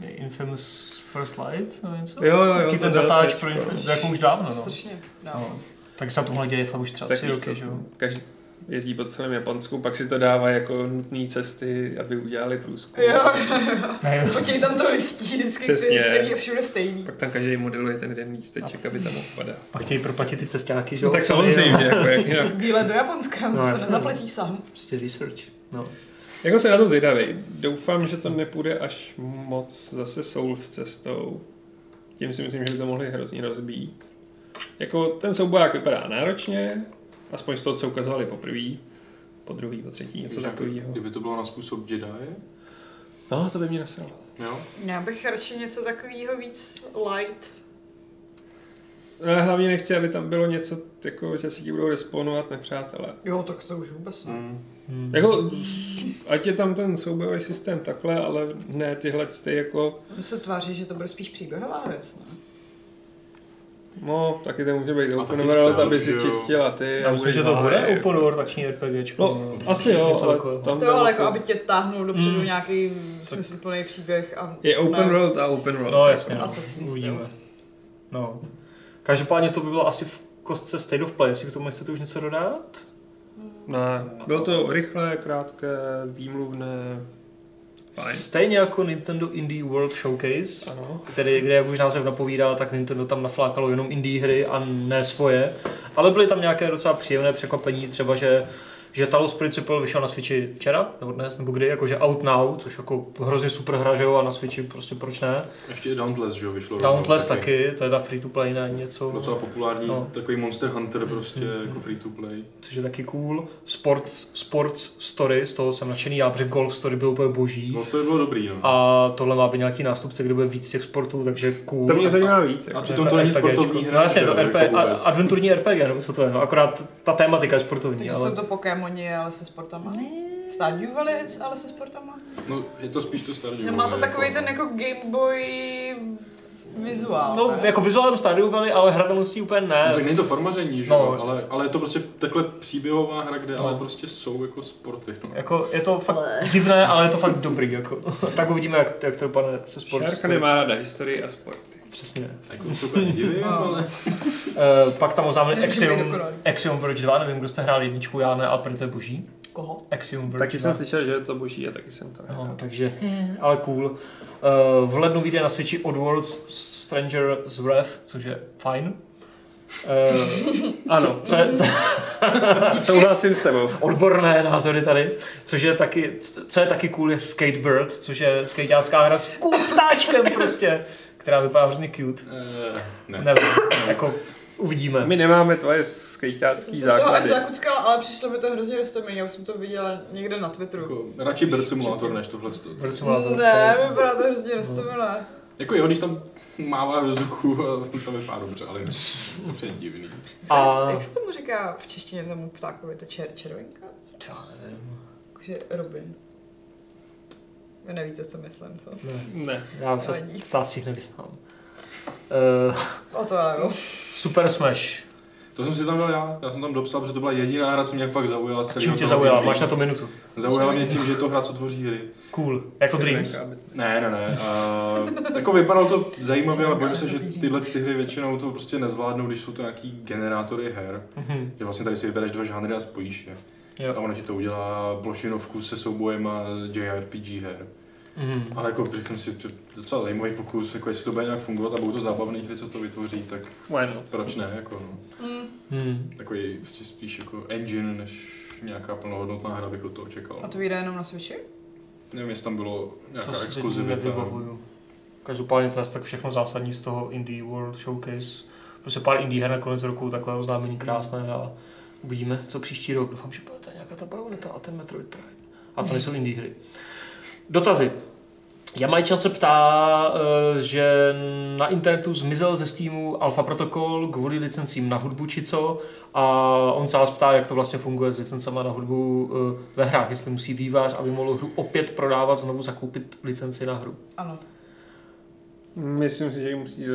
[SPEAKER 1] Infamous First Light, nebo něco?
[SPEAKER 3] Jo, jo, jo,
[SPEAKER 1] Taky
[SPEAKER 3] to
[SPEAKER 1] ten
[SPEAKER 3] bylo
[SPEAKER 1] datáč
[SPEAKER 3] teď,
[SPEAKER 1] pro
[SPEAKER 3] jo.
[SPEAKER 1] Infamous, jako už dávno, no.
[SPEAKER 2] Strašně. No.
[SPEAKER 1] no. Tak se na tomhle děje fakt už třeba
[SPEAKER 3] Tak
[SPEAKER 1] tři
[SPEAKER 3] víš,
[SPEAKER 1] roky,
[SPEAKER 3] co,
[SPEAKER 1] no. že jo?
[SPEAKER 3] každý jezdí po celém Japonsku, pak si to dává jako nutné cesty, aby udělali průzkum.
[SPEAKER 2] Jo,
[SPEAKER 1] Ne,
[SPEAKER 2] fotí tam to listí, vždycky,
[SPEAKER 3] Přesně.
[SPEAKER 2] který, který je všude stejný.
[SPEAKER 3] Pak tam každý modeluje ten jeden místeček, aby tam odpadá.
[SPEAKER 1] pak chtějí proplatit ty cestáky, že jo?
[SPEAKER 3] No, tak
[SPEAKER 1] Co je, no.
[SPEAKER 3] samozřejmě, jako, jak jinak.
[SPEAKER 2] Výlet do Japonska,
[SPEAKER 1] No,
[SPEAKER 2] no, se
[SPEAKER 1] jasně.
[SPEAKER 2] nezaplatí sám.
[SPEAKER 1] Prostě research. No.
[SPEAKER 3] Jako se na to zvědavý. Doufám, že to nepůjde až moc zase soul s cestou. Tím si myslím, že by to mohli hrozně rozbít. Jako ten souboják vypadá náročně, aspoň z toho, co ukazovali poprvé, po druhý, po třetí, něco
[SPEAKER 4] Jako,
[SPEAKER 3] takového.
[SPEAKER 4] Kdyby to bylo na způsob Jedi,
[SPEAKER 3] No, to by mě nasralo.
[SPEAKER 4] jo?
[SPEAKER 2] Já bych radši něco takového víc light.
[SPEAKER 3] Ale No, hlavně nechci, aby tam bylo něco, jako, že se ti budou respawnovat nepřátelé.
[SPEAKER 2] Jo, tak to už vůbec ne.
[SPEAKER 4] Mm.
[SPEAKER 1] Hmm.
[SPEAKER 3] Jako, ať je tam ten soubojový systém takhle, ale ne tyhle ty jako,
[SPEAKER 2] To se tváří, že to bude spíš příběhová věc, ne?
[SPEAKER 3] no, taky to může být
[SPEAKER 4] A
[SPEAKER 3] open
[SPEAKER 4] taky
[SPEAKER 3] world,
[SPEAKER 4] stealth,
[SPEAKER 3] aby
[SPEAKER 4] že
[SPEAKER 3] si
[SPEAKER 4] jo.
[SPEAKER 3] čistila ty.
[SPEAKER 1] Já myslím,
[SPEAKER 3] budeš
[SPEAKER 1] že to bude
[SPEAKER 3] hájet.
[SPEAKER 1] open world akční RPGčko.
[SPEAKER 3] No,
[SPEAKER 1] no.
[SPEAKER 3] asi jo,
[SPEAKER 1] Něco
[SPEAKER 3] ale
[SPEAKER 1] takového.
[SPEAKER 3] tam
[SPEAKER 2] To
[SPEAKER 3] bylo
[SPEAKER 2] ale jako,
[SPEAKER 3] to-
[SPEAKER 2] aby tě táhnul dopředu
[SPEAKER 1] Mm.
[SPEAKER 2] nějaký smysluplný příběh a
[SPEAKER 3] Je open
[SPEAKER 2] ne.
[SPEAKER 3] world a open world.
[SPEAKER 1] No jasně, no.
[SPEAKER 2] Assassin's
[SPEAKER 1] uvidíme. No. Každopádně to by bylo asi v kostce State of Play, jestli k tomu chcete už něco dodat?
[SPEAKER 3] Ne, bylo to rychlé, krátké, výmluvné, fajn.
[SPEAKER 1] Stejně jako Nintendo Indie World Showcase,
[SPEAKER 3] Ano.
[SPEAKER 1] který, kde, jak už název napovídá, tak Nintendo tam naflákalo jenom indie hry a ne svoje. Ale byly tam nějaké docela příjemné překvapení, třeba že že Talos Principle vyšel na Switchi včera, nebo dnes, nebo kdy, jakože Out Now, což jako hrozně super hra, že jo, a na Switchi prostě proč ne.
[SPEAKER 4] Ještě i Dauntless, že jo, vyšlo. rovnou
[SPEAKER 1] Dauntless taky, to je ta free to play, ne něco.
[SPEAKER 4] Docela populární,
[SPEAKER 1] No. Mhm.
[SPEAKER 4] takový Monster Hunter prostě, jako free to play.
[SPEAKER 1] což je taky cool. Sports, sports Story, z toho jsem nadšený, já protože Golf Story byl úplně boží.
[SPEAKER 4] No to by bylo dobrý, no.
[SPEAKER 1] A tohle má být nějaký nástupce, kde bude víc těch sportů, takže cool.
[SPEAKER 3] To mě zajímá víc.
[SPEAKER 4] A
[SPEAKER 3] Jako.
[SPEAKER 4] přitom to není
[SPEAKER 1] RPGčko.
[SPEAKER 4] sportovní hra.
[SPEAKER 1] No jasně, je to
[SPEAKER 4] že jo,
[SPEAKER 1] RP,
[SPEAKER 4] jako
[SPEAKER 1] a,
[SPEAKER 4] vůbec.
[SPEAKER 1] adventurní RPG, nebo co to je, no akorát ta tématika je sportovní,
[SPEAKER 2] Takže
[SPEAKER 1] ale...
[SPEAKER 2] jsou to Pokémoni, ale se sportama. Stardew Valley, ale se sportama.
[SPEAKER 4] No, je to spíš to starý.
[SPEAKER 2] No, má to takový ten jako Game Boy vizuál.
[SPEAKER 1] No,
[SPEAKER 2] ne?
[SPEAKER 1] jako vizuálem Stardew Valley, ale hratelností úplně
[SPEAKER 4] No,
[SPEAKER 1] ne.
[SPEAKER 4] tak není to farmaření, že
[SPEAKER 1] No.
[SPEAKER 4] jo, ale, ale je to prostě takhle příběhová hra, kde
[SPEAKER 1] No.
[SPEAKER 4] ale prostě jsou jako sporty. No.
[SPEAKER 1] Jako, je to fakt divné, ale je to fakt dobrý, jako. tak uvidíme, jak, jak to dopadne se sportem.
[SPEAKER 3] Šárka nemá ráda historii a sporty.
[SPEAKER 1] Přesně.
[SPEAKER 4] Jako super divy,
[SPEAKER 2] No.
[SPEAKER 4] ale
[SPEAKER 1] Eh, pak tam oznámili
[SPEAKER 2] Nemůžeme být
[SPEAKER 1] Axiom,
[SPEAKER 2] dokonalý.
[SPEAKER 1] Axiom Verge 2, nevím, kdo jste hrál jedničku, já ne, a proto je boží.
[SPEAKER 5] Koho?
[SPEAKER 1] Axiom Verge
[SPEAKER 3] Taky
[SPEAKER 1] 2.
[SPEAKER 3] jsem slyšel, že je to boží a taky jsem to
[SPEAKER 1] No,
[SPEAKER 3] nehrál.
[SPEAKER 1] takže, ale cool. Uh, v lednu vyjde na Switchi Oddworlds Stranger z Wrath, což je fajn. Uh,
[SPEAKER 3] Ano,
[SPEAKER 1] co je, co,
[SPEAKER 3] souhlasím s tebou.
[SPEAKER 1] odborné názory tady, což je taky, co je taky cool, je Skatebird, což je skateácká hra s cool ptáčkem prostě, která vypadá hrozně cute.
[SPEAKER 4] Eh, ne.
[SPEAKER 1] Nevím, jako uvidíme.
[SPEAKER 3] My nemáme tvoje
[SPEAKER 2] Jsem
[SPEAKER 3] skejťácký
[SPEAKER 2] se z toho až
[SPEAKER 3] základy.
[SPEAKER 2] zakuckala, ale přišlo mi to hrozně roztomilý, já už jsem to viděla někde na Twitteru.
[SPEAKER 4] Jako, radši Bird Simulator než tohle.
[SPEAKER 1] Bird Simulator.
[SPEAKER 2] Ne, vypadá to hrozně roztomilé.
[SPEAKER 4] Jako jo, když tam mává ve vzduchu, a to vypadá dobře, ale ne. To je divný.
[SPEAKER 1] A-
[SPEAKER 2] A... Jak se tomu říká v češtině tomu ptákovi, to čer, červenka?
[SPEAKER 1] Já nevím.
[SPEAKER 2] Jakože Robin. Vy nevíte, co myslím, co?
[SPEAKER 1] Ne,
[SPEAKER 3] Ne.
[SPEAKER 1] já se
[SPEAKER 2] Nevadí.
[SPEAKER 1] v ptácích nevyznám. Uh,
[SPEAKER 2] O to já, jo.
[SPEAKER 1] Super Smash.
[SPEAKER 4] To jsem si tam dal já. Já jsem tam dopsal, že to byla jediná hra, co mě fakt zaujala. z
[SPEAKER 1] A čím
[SPEAKER 4] celého
[SPEAKER 1] tě
[SPEAKER 4] toho
[SPEAKER 1] zaujala?
[SPEAKER 4] období.
[SPEAKER 1] Máš na to minutu.
[SPEAKER 4] Zaujala mě tím, že je to hra, co tvoří hry.
[SPEAKER 1] Cool. Jako Dreams.
[SPEAKER 4] Ne, ne, ne. Uh, jako vypadalo to zajímavě, ale bojím se, že tyhle ty hry většinou to prostě nezvládnou, když jsou to nějaký generátory her.
[SPEAKER 1] Mhm.
[SPEAKER 4] Že vlastně tady si vybereš dva žánry a spojíš je. A
[SPEAKER 1] Jo.
[SPEAKER 4] ono ti to udělá plošinovku se soubojem a JRPG her.
[SPEAKER 1] Mhm.
[SPEAKER 4] Ale jako řekl jsem si, to je docela zajímavý pokus, jako jestli to bude nějak fungovat a budou to zábavné hry, co to vytvoří, tak
[SPEAKER 3] Why not?
[SPEAKER 4] proč ne, jako no.
[SPEAKER 2] Mm.
[SPEAKER 1] Mhm.
[SPEAKER 4] Takový prostě spíš jako engine, než nějaká plnohodnotná hra bych od toho
[SPEAKER 2] A
[SPEAKER 4] čekal.
[SPEAKER 2] to vyjde jenom na Switchi?
[SPEAKER 4] Nevím, jestli tam bylo
[SPEAKER 1] Co
[SPEAKER 4] nějaká
[SPEAKER 1] si teď
[SPEAKER 4] exkluzivita.
[SPEAKER 1] nevybavuju. Každopádně to je tak všechno zásadní z toho Indie World Showcase. Prostě pár indie her na konec roku, takové oznámení krásné a uvidíme, co příští rok. Doufám, že bude ta nějaká ta Bayonetta a ten Metroid Prime. A to nejsou indie hry. Dotazy. Jamajčan se ptá, eh, že na internetu zmizel ze Steamu Alpha Protocol kvůli licencím na hudbu či co a on se nás ptá, jak to vlastně funguje s licencema na hudbu eh, ve hrách, jestli musí vývář, aby mohl hru opět prodávat, znovu zakoupit licenci na hru.
[SPEAKER 2] Ano.
[SPEAKER 3] Myslím si, že ji musí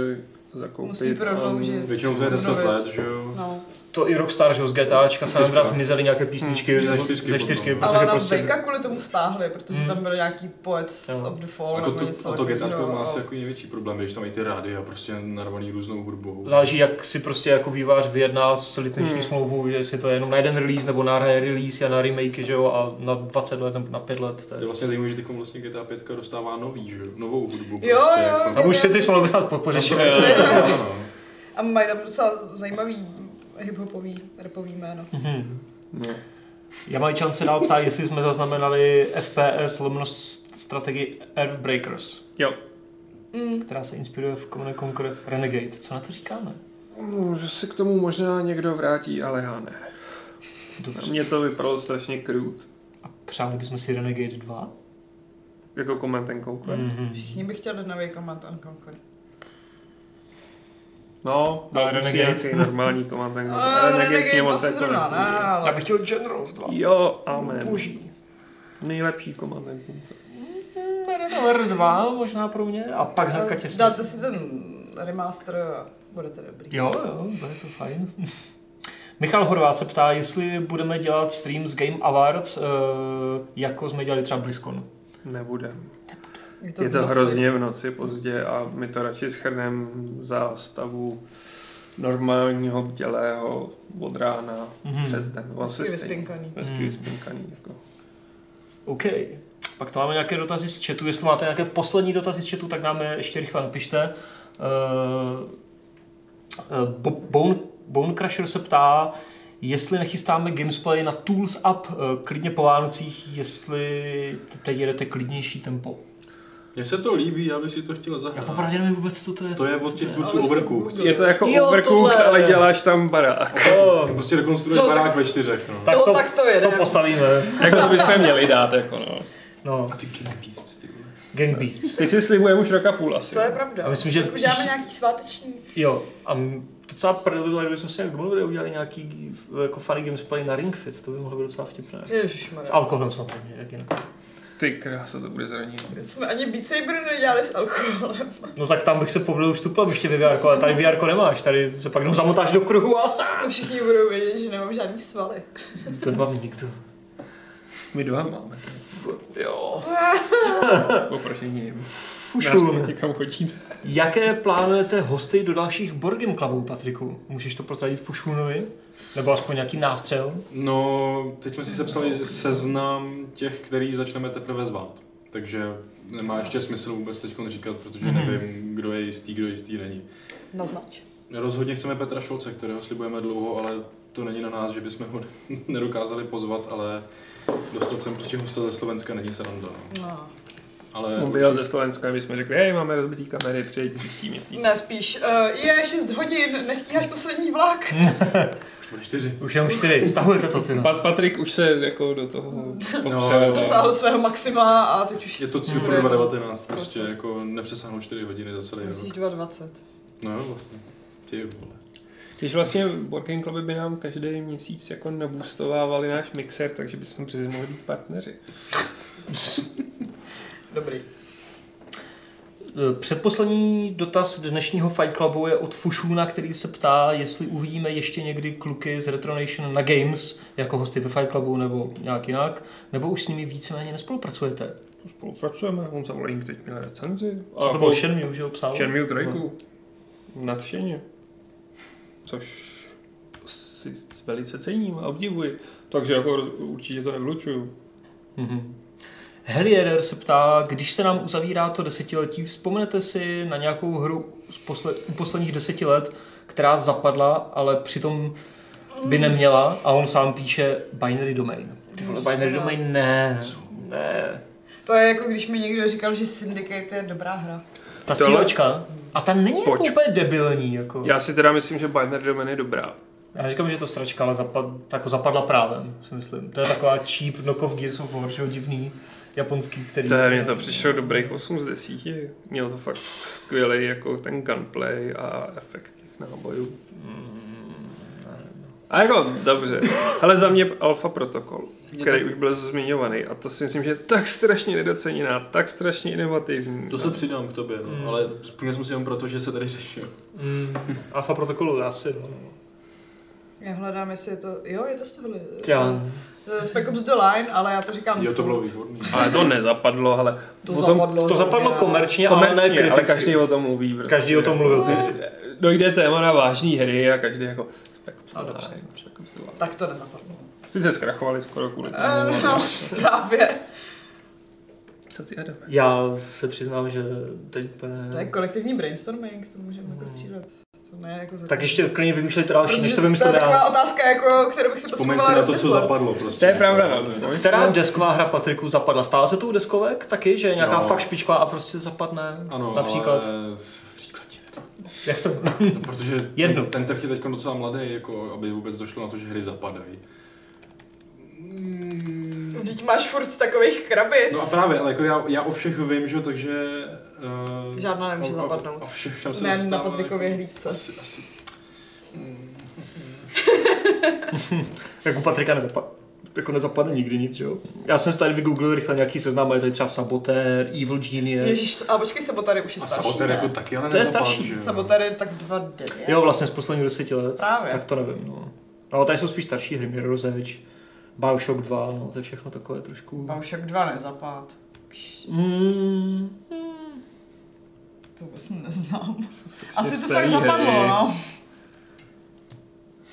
[SPEAKER 3] zakoupit.
[SPEAKER 2] Musí prodloužit.
[SPEAKER 4] Většinou to je 10
[SPEAKER 2] Obnovit.
[SPEAKER 4] let, že jo?
[SPEAKER 2] No.
[SPEAKER 1] To i Rockstar, že jo, z GTAčka se nám
[SPEAKER 4] Čtyřka.
[SPEAKER 1] zmizely nějaké písničky
[SPEAKER 4] Hmm,
[SPEAKER 1] ze
[SPEAKER 4] ze
[SPEAKER 1] čtyřky,
[SPEAKER 4] čtyřky
[SPEAKER 1] ze
[SPEAKER 4] potom.
[SPEAKER 1] čtyřky
[SPEAKER 4] Ale
[SPEAKER 2] Ale
[SPEAKER 1] protože
[SPEAKER 2] na
[SPEAKER 1] prostě...
[SPEAKER 2] prostě... kvůli tomu stáhli, protože
[SPEAKER 1] Mm.
[SPEAKER 2] tam byl nějaký Poets
[SPEAKER 1] Jo.
[SPEAKER 2] of the Fall
[SPEAKER 4] Jako
[SPEAKER 2] nebo něco
[SPEAKER 4] to, a to GTAčko
[SPEAKER 2] takového.
[SPEAKER 4] má asi jako největší problém, když tam mají ty rády a prostě narvaný různou hudbou.
[SPEAKER 1] Záleží, jak si prostě jako vývář vyjedná s licenční
[SPEAKER 3] Hmm.
[SPEAKER 1] smlouvou, jestli to je jenom na jeden release nebo na re-release a na remake, že jo, a na 20 let nebo na 5 let. To
[SPEAKER 4] To je
[SPEAKER 1] je...
[SPEAKER 4] vlastně zajímavé, že teď vlastně GTA 5 dostává nový, že jo? Novou hudbu
[SPEAKER 2] Jo,
[SPEAKER 4] prostě.
[SPEAKER 2] jo.
[SPEAKER 4] Jako-
[SPEAKER 1] Tam už si ty smlouvy snad po-
[SPEAKER 4] Tam to
[SPEAKER 1] pořešili.
[SPEAKER 4] ještě- jo, no.
[SPEAKER 2] A mají tam docela zajímavý hiphopový, rapový jméno.
[SPEAKER 1] Mhm.
[SPEAKER 3] No.
[SPEAKER 1] Jamajčan se dál ptá, jestli jsme zaznamenali FPS lomno s- strategii Earthbreakers,
[SPEAKER 3] Jo.
[SPEAKER 2] Mm.
[SPEAKER 1] která se inspiruje v Common Conquer Renegade. Co na to říkáme?
[SPEAKER 3] No, Že se k tomu možná někdo vrátí, ale já ne.
[SPEAKER 1] Dobře.
[SPEAKER 3] Mně to vypadalo strašně krut.
[SPEAKER 1] A přáli bychom si Renegade 2?
[SPEAKER 3] Jako comment ten koukle. Mm.
[SPEAKER 1] Mhm.
[SPEAKER 2] Všichni by chtěli nový Command and Conquer.
[SPEAKER 3] No,
[SPEAKER 1] Ale
[SPEAKER 3] ale Renegade.
[SPEAKER 1] Renegade.
[SPEAKER 3] Nějaký normální comment ten koukle.
[SPEAKER 2] Ale Renegade
[SPEAKER 3] Eh, mě
[SPEAKER 2] moc se zrovna,
[SPEAKER 3] netuje.
[SPEAKER 2] ne, ale...
[SPEAKER 1] Já bych chtěl Generals 2.
[SPEAKER 3] jako Jo, amen.
[SPEAKER 1] Boží.
[SPEAKER 3] Nejlepší comment ten koukle.
[SPEAKER 1] R2 možná pro mě a pak hnedka těsně.
[SPEAKER 2] Dáte si ten remaster a bude to dobrý.
[SPEAKER 1] Jo, jo, bude to fajn. Michal Horvát se ptá, jestli budeme dělat stream z Game Awards, eh, jako jsme dělali třeba BlizzCon.
[SPEAKER 3] Nebude.
[SPEAKER 2] Je
[SPEAKER 3] Je
[SPEAKER 2] v
[SPEAKER 3] to
[SPEAKER 2] noci.
[SPEAKER 3] hrozně v noci pozdě a my to radši schrneme za stavu normálního bdělého od rána
[SPEAKER 1] Mhm.
[SPEAKER 3] mm-hmm. přes den. Vlastně
[SPEAKER 2] Hezky
[SPEAKER 3] stejně.
[SPEAKER 2] vyspinkaný.
[SPEAKER 3] Hezky
[SPEAKER 1] Mhm.
[SPEAKER 3] vyspinkaný. Jako.
[SPEAKER 1] OK. Pak to máme nějaké dotazy z chatu. Jestli máte nějaké poslední dotazy z chatu, tak nám je ještě rychle napište. Uh, Bone, Bone Crusher se ptá, jestli nechystáme gamesplay na Tools Up eh, klidně po Vánocích, jestli te- teď jedete klidnější tempo.
[SPEAKER 4] Mně se to líbí, já bych si to chtěl
[SPEAKER 1] Já
[SPEAKER 4] zahrát.
[SPEAKER 1] popravdě nevím vůbec, co to je.
[SPEAKER 4] To je
[SPEAKER 1] co
[SPEAKER 4] od těch
[SPEAKER 1] je.
[SPEAKER 4] tvůrců
[SPEAKER 2] Ale to
[SPEAKER 4] Overcooked.
[SPEAKER 2] Google.
[SPEAKER 3] Je to jako
[SPEAKER 5] Jo,
[SPEAKER 3] jo, overcooked,
[SPEAKER 5] tohle.
[SPEAKER 3] ale děláš tam barák.
[SPEAKER 1] Oh,
[SPEAKER 4] Prostě rekonstruuje
[SPEAKER 2] Co, tak-
[SPEAKER 4] barák ve čtyřech, no.
[SPEAKER 1] tak
[SPEAKER 2] No,
[SPEAKER 1] to,
[SPEAKER 2] tak to jede.
[SPEAKER 1] to postavíme.
[SPEAKER 3] Jak to bychom měli dát, jako no.
[SPEAKER 1] No,
[SPEAKER 4] A ty King Beasts, ty vole.
[SPEAKER 1] Gang Beasts.
[SPEAKER 3] Ty si slibujeme už roka půl asi.
[SPEAKER 2] To je pravda.
[SPEAKER 1] Já myslím, že
[SPEAKER 2] Tak uděláme
[SPEAKER 1] příští-
[SPEAKER 2] nějaký sváteční.
[SPEAKER 1] Jo, a m- docela prdel by byla, kdyby jsme se nějak domluvili a udělali nějaký jako funny gamesplay na Ring Fit, to by mohlo být docela vtipné. S
[SPEAKER 2] Ježišmarja.
[SPEAKER 1] alkoholem samozřejmě, jak jinak.
[SPEAKER 3] Ty krása, to bude zraní.
[SPEAKER 2] Jsme ani Beat Saber nedělali s alkoholem.
[SPEAKER 1] No tak tam bych se poblil štuplem ještě ve VR, ale tady VR nemáš, tady se pak jenom zamotáš do kruhu a...
[SPEAKER 2] A všichni budou vědět, že nemám žádný svaly.
[SPEAKER 1] To nemám nikdo.
[SPEAKER 3] My dva máme.
[SPEAKER 1] Jo.
[SPEAKER 3] Poproti ním. Nás
[SPEAKER 1] fušul.
[SPEAKER 3] někam hodíme.
[SPEAKER 1] Jaké plánujete hosty do dalších Borgem Clubů, Patriku? Můžeš to prozradit Fušunovi? Nebo aspoň nějaký nástřel?
[SPEAKER 4] No, teď jsme si sepsali seznam těch, který začneme teprve zvát. Takže nemá ještě smysl vůbec teď říkat, protože nevím, kdo je jistý, kdo jistý není.
[SPEAKER 5] Naznač.
[SPEAKER 4] Rozhodně chceme Petra Šolce, kterého slibujeme dlouho, ale to není na nás, že bychom ho nedokázali pozvat, ale dostat sem prostě hosta ze Slovenska není sranda. no.
[SPEAKER 2] No.
[SPEAKER 4] Ale
[SPEAKER 3] On byl ze Slovenska, my jsme řekli, hej, máme rozbitý kamery, přijď příští měsíc.
[SPEAKER 2] Ne, spíš. Uh, je 6 hodin, nestíháš poslední vlak.
[SPEAKER 4] už bude čtyři.
[SPEAKER 1] Už jenom čtyři, stahujete to ty. no.
[SPEAKER 3] Pa- Patrik už se jako do toho
[SPEAKER 4] No.
[SPEAKER 3] potřeboval.
[SPEAKER 2] Dosáhl svého maxima a teď už
[SPEAKER 4] Je to cíl pro 2019, prostě jako nepřesáhnout 4 hodiny za celý
[SPEAKER 2] musíš
[SPEAKER 4] rok.
[SPEAKER 2] 2,20. No.
[SPEAKER 4] No jo, vlastně. Ty vole.
[SPEAKER 3] Když vlastně Working Cluby by nám každý měsíc jako nabustovávali náš mixer, takže bychom přes mohli být partneři.
[SPEAKER 2] Dobrý.
[SPEAKER 1] Eh, Předposlední dotaz dnešního Fight Clubu je od Fušuna, který se ptá, jestli uvidíme ještě někdy kluky z Retronation na Games jako hosty ve Fight Clubu nebo nějak jinak, nebo už s nimi víceméně nespolupracujete.
[SPEAKER 3] Spolupracujeme, on za Volink teď měl recenzi.
[SPEAKER 1] Co to bylo Shenmue, že ho psal?
[SPEAKER 3] Čermiu Drake. Nadšeně. Což si velice cením a obdivuji. Takže jako roz- určitě to nevylučuju.
[SPEAKER 1] Mhm. Helierer se ptá, když se nám uzavírá to desetiletí, vzpomenete si na nějakou hru z posle, u posledních deseti let, která zapadla, ale přitom by neměla a on sám píše Binary Domain. Ty vole, Binary Domain ne. Ne.
[SPEAKER 2] To je jako když mi někdo říkal, že Syndicate je dobrá hra.
[SPEAKER 1] Ta
[SPEAKER 3] Co?
[SPEAKER 1] stíločka. A ta není jako
[SPEAKER 3] Poč-
[SPEAKER 1] úplně debilní. Jako. Já.
[SPEAKER 3] Já si teda myslím, že Binary Domain je dobrá.
[SPEAKER 1] Já říkám, že je to stračka, ale zapad, jako zapadla právem, si myslím. To je taková cheap knock of Gears of War, že jo, divný japonský, který...
[SPEAKER 3] To je, mně to přišlo dobrých 8 z 10. Mělo to fakt skvělý jako ten gunplay a efekt těch nábojů.
[SPEAKER 1] Mm,
[SPEAKER 3] A jako, dobře. Ale za mě Alpha Protocol, který už byl zmiňovaný a to si myslím, že je tak strašně nedoceněná, tak strašně inovativní.
[SPEAKER 4] To se přidám k tobě, no, ale vzpomněl jsem si jenom proto, že se tady řešil.
[SPEAKER 1] Mm, Alpha Protocol asi, no.
[SPEAKER 2] Já hledám, jestli je to... Jo, je to z tohohle.
[SPEAKER 1] Já,
[SPEAKER 2] Eh, Spec Ops The Line, ale já to říkám
[SPEAKER 4] Jo, to
[SPEAKER 2] furt.
[SPEAKER 4] bylo výborný.
[SPEAKER 3] Ale to nezapadlo, ale
[SPEAKER 2] To
[SPEAKER 3] o tom-
[SPEAKER 2] zapadlo.
[SPEAKER 1] To zapadlo
[SPEAKER 2] že-
[SPEAKER 1] komerčně, ale ne
[SPEAKER 3] komerčně, ale
[SPEAKER 1] kriticky.
[SPEAKER 3] každý o tom mluví. Prostě.
[SPEAKER 1] Každý o tom mluvil. Ty.
[SPEAKER 3] Dojde téma na vážný hry a každý jako...
[SPEAKER 1] A dobře.
[SPEAKER 2] Tak to nezapadlo.
[SPEAKER 3] Sice zkrachovali skoro kvůli tomu.
[SPEAKER 2] Eh,
[SPEAKER 3] ale-
[SPEAKER 2] no, právě.
[SPEAKER 3] Co ty, Adam?
[SPEAKER 1] Já se přiznám, že teď úplně...
[SPEAKER 2] To je kolektivní brainstorming, to můžeme
[SPEAKER 4] Hmm.
[SPEAKER 2] jako střílet. To ne jako za-
[SPEAKER 1] Tak ještě klidně vymýšlejte další, než
[SPEAKER 2] Protože
[SPEAKER 1] to vymyslel
[SPEAKER 2] To je taková
[SPEAKER 1] já.
[SPEAKER 2] otázka, jako, kterou bych si
[SPEAKER 4] Vzpomeň si
[SPEAKER 2] potřebovala
[SPEAKER 4] na to, co
[SPEAKER 2] rozmyslet.
[SPEAKER 4] zapadlo prostě.
[SPEAKER 3] To je pravda, no.
[SPEAKER 1] Která desková hra Patriku zapadla? Stala se tou deskovek taky, že je nějaká
[SPEAKER 4] Jo.
[SPEAKER 1] fakt špička a prostě zapadne?
[SPEAKER 4] Ano,
[SPEAKER 1] Například.
[SPEAKER 4] Ale... Příklad ti nedám.
[SPEAKER 1] Jak to?
[SPEAKER 4] No, protože
[SPEAKER 1] Jednu.
[SPEAKER 4] ten trh je teď docela mladý, jako, aby vůbec došlo na to, že hry zapadají. Mm,
[SPEAKER 2] Vždyť máš furt takových krabic.
[SPEAKER 4] No a právě, ale jako já, já o všech vím, že jo, takže... Uh,
[SPEAKER 2] Žádná nemůže zapadnout.
[SPEAKER 4] A všech tam se
[SPEAKER 2] ne, na
[SPEAKER 4] dostává,
[SPEAKER 2] Patrikově
[SPEAKER 4] jako-
[SPEAKER 2] hlídce.
[SPEAKER 4] Asi, asi.
[SPEAKER 1] Jak u Patrika nezapadne? Jako nezapadne nikdy nic, že jo? Já jsem si tady vygooglil rychle nějaký seznam, ale tady třeba Sabotér, Evil Genius.
[SPEAKER 2] Ježíš, a počkej, Sabotary už je
[SPEAKER 4] A
[SPEAKER 2] starší,
[SPEAKER 4] sabotér
[SPEAKER 2] ne?
[SPEAKER 4] jako taky, ale
[SPEAKER 1] To je
[SPEAKER 4] nezapadl,
[SPEAKER 1] starší.
[SPEAKER 4] že jo.
[SPEAKER 2] Sabotary tak 2.9.
[SPEAKER 1] Jo, vlastně z posledních deseti let.
[SPEAKER 2] Právě.
[SPEAKER 1] Tak to nevím, no. No, tady jsou spíš starší hry, Mirror's Edge, Bioshock 2, no, to je všechno takové trošku...
[SPEAKER 2] Baušek 2 nezapad. Kš,
[SPEAKER 1] Mm,
[SPEAKER 2] To vůbec neznám. Asi to
[SPEAKER 3] starý
[SPEAKER 2] fakt
[SPEAKER 3] hry.
[SPEAKER 2] zapadlo, no.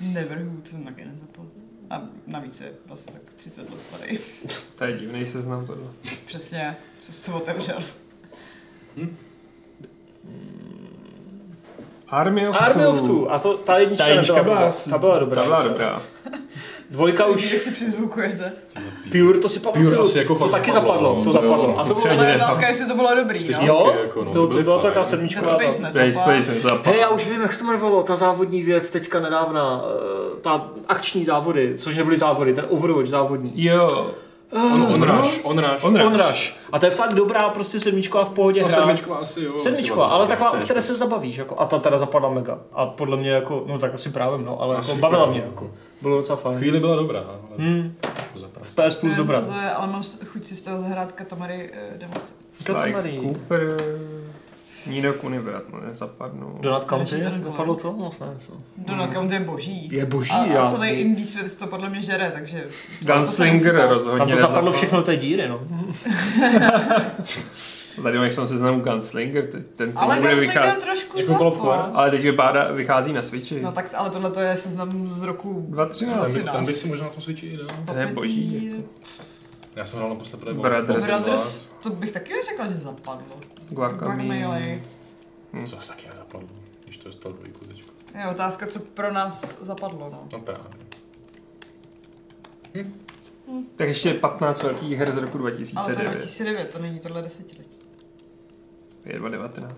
[SPEAKER 2] Neverhood jsem taky nezapad. A navíc je vlastně tak 30 let starý.
[SPEAKER 3] To je divný seznam tohle.
[SPEAKER 2] Přesně, co jsi to otevřel.
[SPEAKER 3] Army of
[SPEAKER 1] Army of Two, a to, ta jednička,
[SPEAKER 3] Ta jednička
[SPEAKER 1] nebyla
[SPEAKER 3] byla,
[SPEAKER 1] dobrá. ta byla dobrá.
[SPEAKER 3] Ta byla dobrá.
[SPEAKER 1] Dvojka
[SPEAKER 2] Vidíš,
[SPEAKER 1] už,
[SPEAKER 2] Jak si přizvukujete.
[SPEAKER 1] Pure to si pamatuju,
[SPEAKER 4] Pure asi jako
[SPEAKER 1] to
[SPEAKER 4] fakt
[SPEAKER 1] taky
[SPEAKER 4] zapadlo,
[SPEAKER 1] zapadlo,
[SPEAKER 4] no.
[SPEAKER 1] to
[SPEAKER 4] Jo,
[SPEAKER 1] zapadlo. A to
[SPEAKER 3] to
[SPEAKER 1] bylo,
[SPEAKER 3] se-
[SPEAKER 2] Ale
[SPEAKER 3] ne,
[SPEAKER 2] je
[SPEAKER 3] tam-
[SPEAKER 2] otázka, jestli to bylo dobrý,
[SPEAKER 4] Čtyři.
[SPEAKER 2] no.
[SPEAKER 1] jo,
[SPEAKER 4] jako, no,
[SPEAKER 1] bylo
[SPEAKER 4] to
[SPEAKER 1] to,
[SPEAKER 4] byly
[SPEAKER 1] bylo to
[SPEAKER 4] fajn.
[SPEAKER 1] taková
[SPEAKER 2] Dead
[SPEAKER 1] sedmička.
[SPEAKER 2] Space
[SPEAKER 3] Space,
[SPEAKER 2] nezapad.
[SPEAKER 3] Space nezapad.
[SPEAKER 1] Hej, já už vím, jak se to jmenovalo, ta závodní věc teďka nedávna, eh, ta akční závody, což nebyly závody, ten Overwatch závodní.
[SPEAKER 3] Jo.
[SPEAKER 4] On, on rush, on rush.
[SPEAKER 3] On rush.
[SPEAKER 1] Onrush. A to je fakt dobrá, prostě sedmička v pohodě
[SPEAKER 4] Ta
[SPEAKER 1] hra.
[SPEAKER 4] sedmička No, asi, jo.
[SPEAKER 1] Sedmička, ale taková, o
[SPEAKER 4] Chceš.
[SPEAKER 1] které se zabavíš, jako, a ta teda zapadla mega. A podle mě jako, no tak asi právě, no, ale jako
[SPEAKER 4] Asi
[SPEAKER 1] bavila
[SPEAKER 4] právě,
[SPEAKER 1] mě, jako.
[SPEAKER 4] jako.
[SPEAKER 1] Bylo docela fajn.
[SPEAKER 4] Chvíli byla dobrá, ale
[SPEAKER 1] Hmm,
[SPEAKER 4] zapracovat.
[SPEAKER 1] PS Plus
[SPEAKER 2] Nevím,
[SPEAKER 1] dobrá.
[SPEAKER 2] co to je, ale mám s- chuť si z toho zahrát Katamari uh, Damacy.
[SPEAKER 1] Katamari.
[SPEAKER 3] Sly Cooper. Nino Kunibrat, no nezapadnou.
[SPEAKER 1] Donut County,
[SPEAKER 2] Ještě ten golem.
[SPEAKER 1] dopadlo to? Moc ne, co?
[SPEAKER 2] Donut Count je boží.
[SPEAKER 1] Je boží,
[SPEAKER 2] a,
[SPEAKER 1] já-
[SPEAKER 2] a celý indie svět to podle mě žere, takže...
[SPEAKER 3] Gunslinger
[SPEAKER 2] Tam to
[SPEAKER 3] rozhodně
[SPEAKER 1] Tam to zapadlo
[SPEAKER 3] nezapadl.
[SPEAKER 1] všechno do té díry, no.
[SPEAKER 3] Tady máš na seznamu Gunslinger, ten, ten
[SPEAKER 2] Ale
[SPEAKER 3] bude
[SPEAKER 2] Gunslinger
[SPEAKER 3] vycházet.
[SPEAKER 2] trošku
[SPEAKER 4] Jako Call of Duty.
[SPEAKER 2] zapad.
[SPEAKER 3] Ale teď vypadá, vychází na Switchi.
[SPEAKER 2] No tak, ale tohle to je seznam z roku
[SPEAKER 3] 2.13.
[SPEAKER 4] Tam, by,
[SPEAKER 2] 13.
[SPEAKER 4] tam bych si možná na tom switchi i dal.
[SPEAKER 3] To je boží,
[SPEAKER 4] Já jsem hrál naposledy Playboy.
[SPEAKER 3] Brothers.
[SPEAKER 2] Brothers, to bych taky neřekla, že zapadlo. Guacamole.
[SPEAKER 3] Guacamole.
[SPEAKER 4] Co se taky nezapadlo, když to je z toho dvojku teďka.
[SPEAKER 2] Je otázka, co pro nás zapadlo, no.
[SPEAKER 4] No právě.
[SPEAKER 3] Tak ještě 15 velkých her z roku
[SPEAKER 2] Ale to je
[SPEAKER 3] 2009.
[SPEAKER 2] 2009, to není tohle desetiletí.
[SPEAKER 3] Je 2019.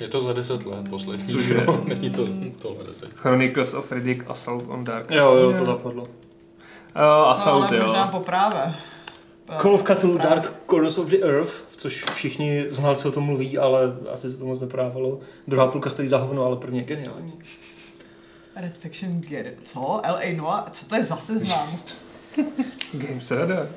[SPEAKER 4] Je to za 10 let poslední.
[SPEAKER 3] Cože?
[SPEAKER 4] jo, Není to tohle 10.
[SPEAKER 3] Chronicles of Riddick, Assault on Dark.
[SPEAKER 1] Jo, jo, to zapadlo.
[SPEAKER 3] Uh, Assault,
[SPEAKER 2] No, ale možná
[SPEAKER 3] jo.
[SPEAKER 2] po práve.
[SPEAKER 1] Call of Cthulhu
[SPEAKER 2] Právě.
[SPEAKER 1] Dark Corners of the Earth, což všichni znalci o tom mluví, ale asi se to moc neprávalo. Druhá půlka stojí za hovno, ale první je geniální.
[SPEAKER 2] Eh, Red Faction Gear. Co? LA Noir? Co to je za seznam?
[SPEAKER 3] Games Radar.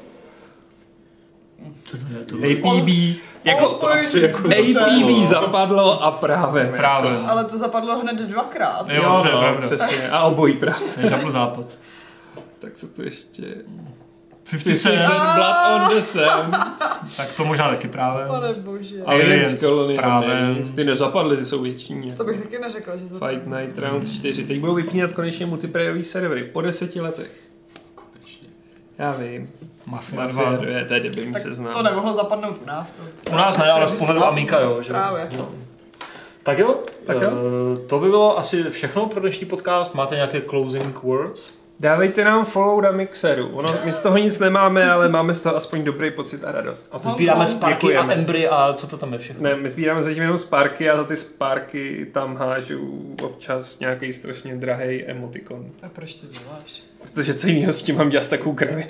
[SPEAKER 1] Co to je? To
[SPEAKER 3] APB. Jako
[SPEAKER 2] to asi
[SPEAKER 4] jako
[SPEAKER 3] APB zapadlo a právě. no,
[SPEAKER 1] Právě.
[SPEAKER 2] Ale to zapadlo hned dvakrát.
[SPEAKER 1] Jo, to je pravda.
[SPEAKER 3] přesně. A obojí právě.
[SPEAKER 1] To je double západ.
[SPEAKER 3] Tak co tu ještě?
[SPEAKER 1] 50
[SPEAKER 3] Tisíc Blood on the Sam.
[SPEAKER 1] tak to možná taky právě.
[SPEAKER 2] Pane bože.
[SPEAKER 3] Aliens
[SPEAKER 1] Aliens,
[SPEAKER 3] Colony.
[SPEAKER 1] právě.
[SPEAKER 3] ne, nic, Ty nezapadly, ty jsou většině.
[SPEAKER 2] To bych taky neřekla, že zapadlo.
[SPEAKER 3] Fight Night Round 4. Teď budou vypínat konečně multiplayerový servery po deseti letech.
[SPEAKER 4] Konečně.
[SPEAKER 3] Já vím.
[SPEAKER 1] Mafia 2.
[SPEAKER 3] Mafia 2, to je debilní
[SPEAKER 2] Tak
[SPEAKER 3] seznam.
[SPEAKER 2] to nemohlo zapadnout u nás. To...
[SPEAKER 1] U nás ne, ale z pohledu Amíka, jo. Že?
[SPEAKER 2] Právě.
[SPEAKER 1] No. Tak jo,
[SPEAKER 3] Tak jo.
[SPEAKER 1] eh, to by bylo asi všechno pro dnešní podcast. Máte nějaké closing words?
[SPEAKER 3] Dávejte nám follow na Mixeru. Ono, my z toho nic nemáme, ale máme z toho aspoň dobrý pocit a radost.
[SPEAKER 1] A pozbíráme sparky a
[SPEAKER 3] Děkujeme.
[SPEAKER 1] embry a co to tam je všechno.
[SPEAKER 3] Ne, my sbíráme zatím jenom spárky a za ty spárky tam hážu občas nějaký strašně drahý emotikon.
[SPEAKER 2] A proč to děláš?
[SPEAKER 3] Protože co jiného s tím mám dělat s takovou kravinu?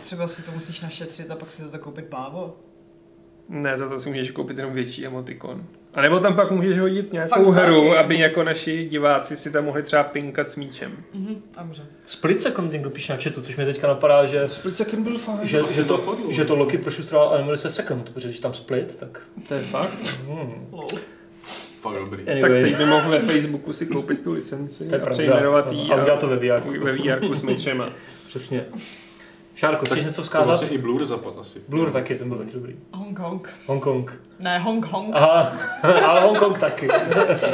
[SPEAKER 2] Třeba si to musíš našetřit a pak si za to koupit bávo.
[SPEAKER 3] Ne, za to si můžeš koupit jenom větší emotikon. A nebo tam pak můžeš hodit nějakou
[SPEAKER 2] Fakt
[SPEAKER 3] hru,
[SPEAKER 2] taky.
[SPEAKER 3] aby jako naši diváci si tam mohli třeba pinkat s míčem.
[SPEAKER 2] Mhm, a můžeme.
[SPEAKER 1] Split Second někdo píše na chatu, což mě teďka napadá, že
[SPEAKER 3] Split second byl fajn.
[SPEAKER 1] že,
[SPEAKER 4] Asi
[SPEAKER 1] že, to,
[SPEAKER 4] zapadlo.
[SPEAKER 1] že to Loki prošustroval a jmenuje se Second, protože když tam Split, tak...
[SPEAKER 3] To je fakt.
[SPEAKER 1] Hmm.
[SPEAKER 4] Fakt dobrý.
[SPEAKER 3] Tak
[SPEAKER 1] Anyway,
[SPEAKER 3] teď by mohl ve Facebooku si koupit tu licenci
[SPEAKER 1] to je
[SPEAKER 3] a
[SPEAKER 1] pravda.
[SPEAKER 3] přejmenovat jí
[SPEAKER 1] A udělá
[SPEAKER 3] a
[SPEAKER 1] to ve VR,
[SPEAKER 3] ve VR s mečema.
[SPEAKER 1] přesně. Šárko,
[SPEAKER 4] Tak
[SPEAKER 1] chceš něco
[SPEAKER 4] To
[SPEAKER 1] vzkázat?
[SPEAKER 4] vlastně i Blur zapad asi.
[SPEAKER 1] Blur taky, ten byl taky dobrý.
[SPEAKER 2] Hong Kong.
[SPEAKER 1] Hongkong.
[SPEAKER 2] Ne, Hong Kong.
[SPEAKER 1] Aha, ale Hongkong taky.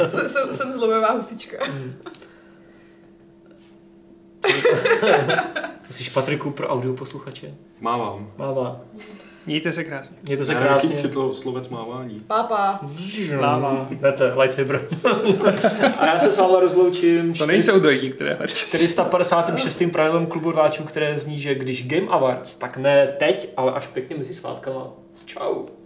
[SPEAKER 2] Jsem- Jsem, jsem zlobivá husička.
[SPEAKER 1] Musíš Patriku pro audio posluchače.
[SPEAKER 4] Mávám.
[SPEAKER 1] Mává.
[SPEAKER 3] Mějte se krásně.
[SPEAKER 1] Mějte se
[SPEAKER 4] Já nevím, jaký
[SPEAKER 1] krásně.
[SPEAKER 4] citlo- slovec mávání.
[SPEAKER 2] Pápa.
[SPEAKER 1] Mává. Ne, to je lightsaber. A já se s váma rozloučím.
[SPEAKER 3] To nejsou dojdi, které hledáš.
[SPEAKER 1] 456. pravidlem klubu rváčů, které zní, že když Game Awards, tak ne teď, ale až pěkně mezi svátkama. Čau.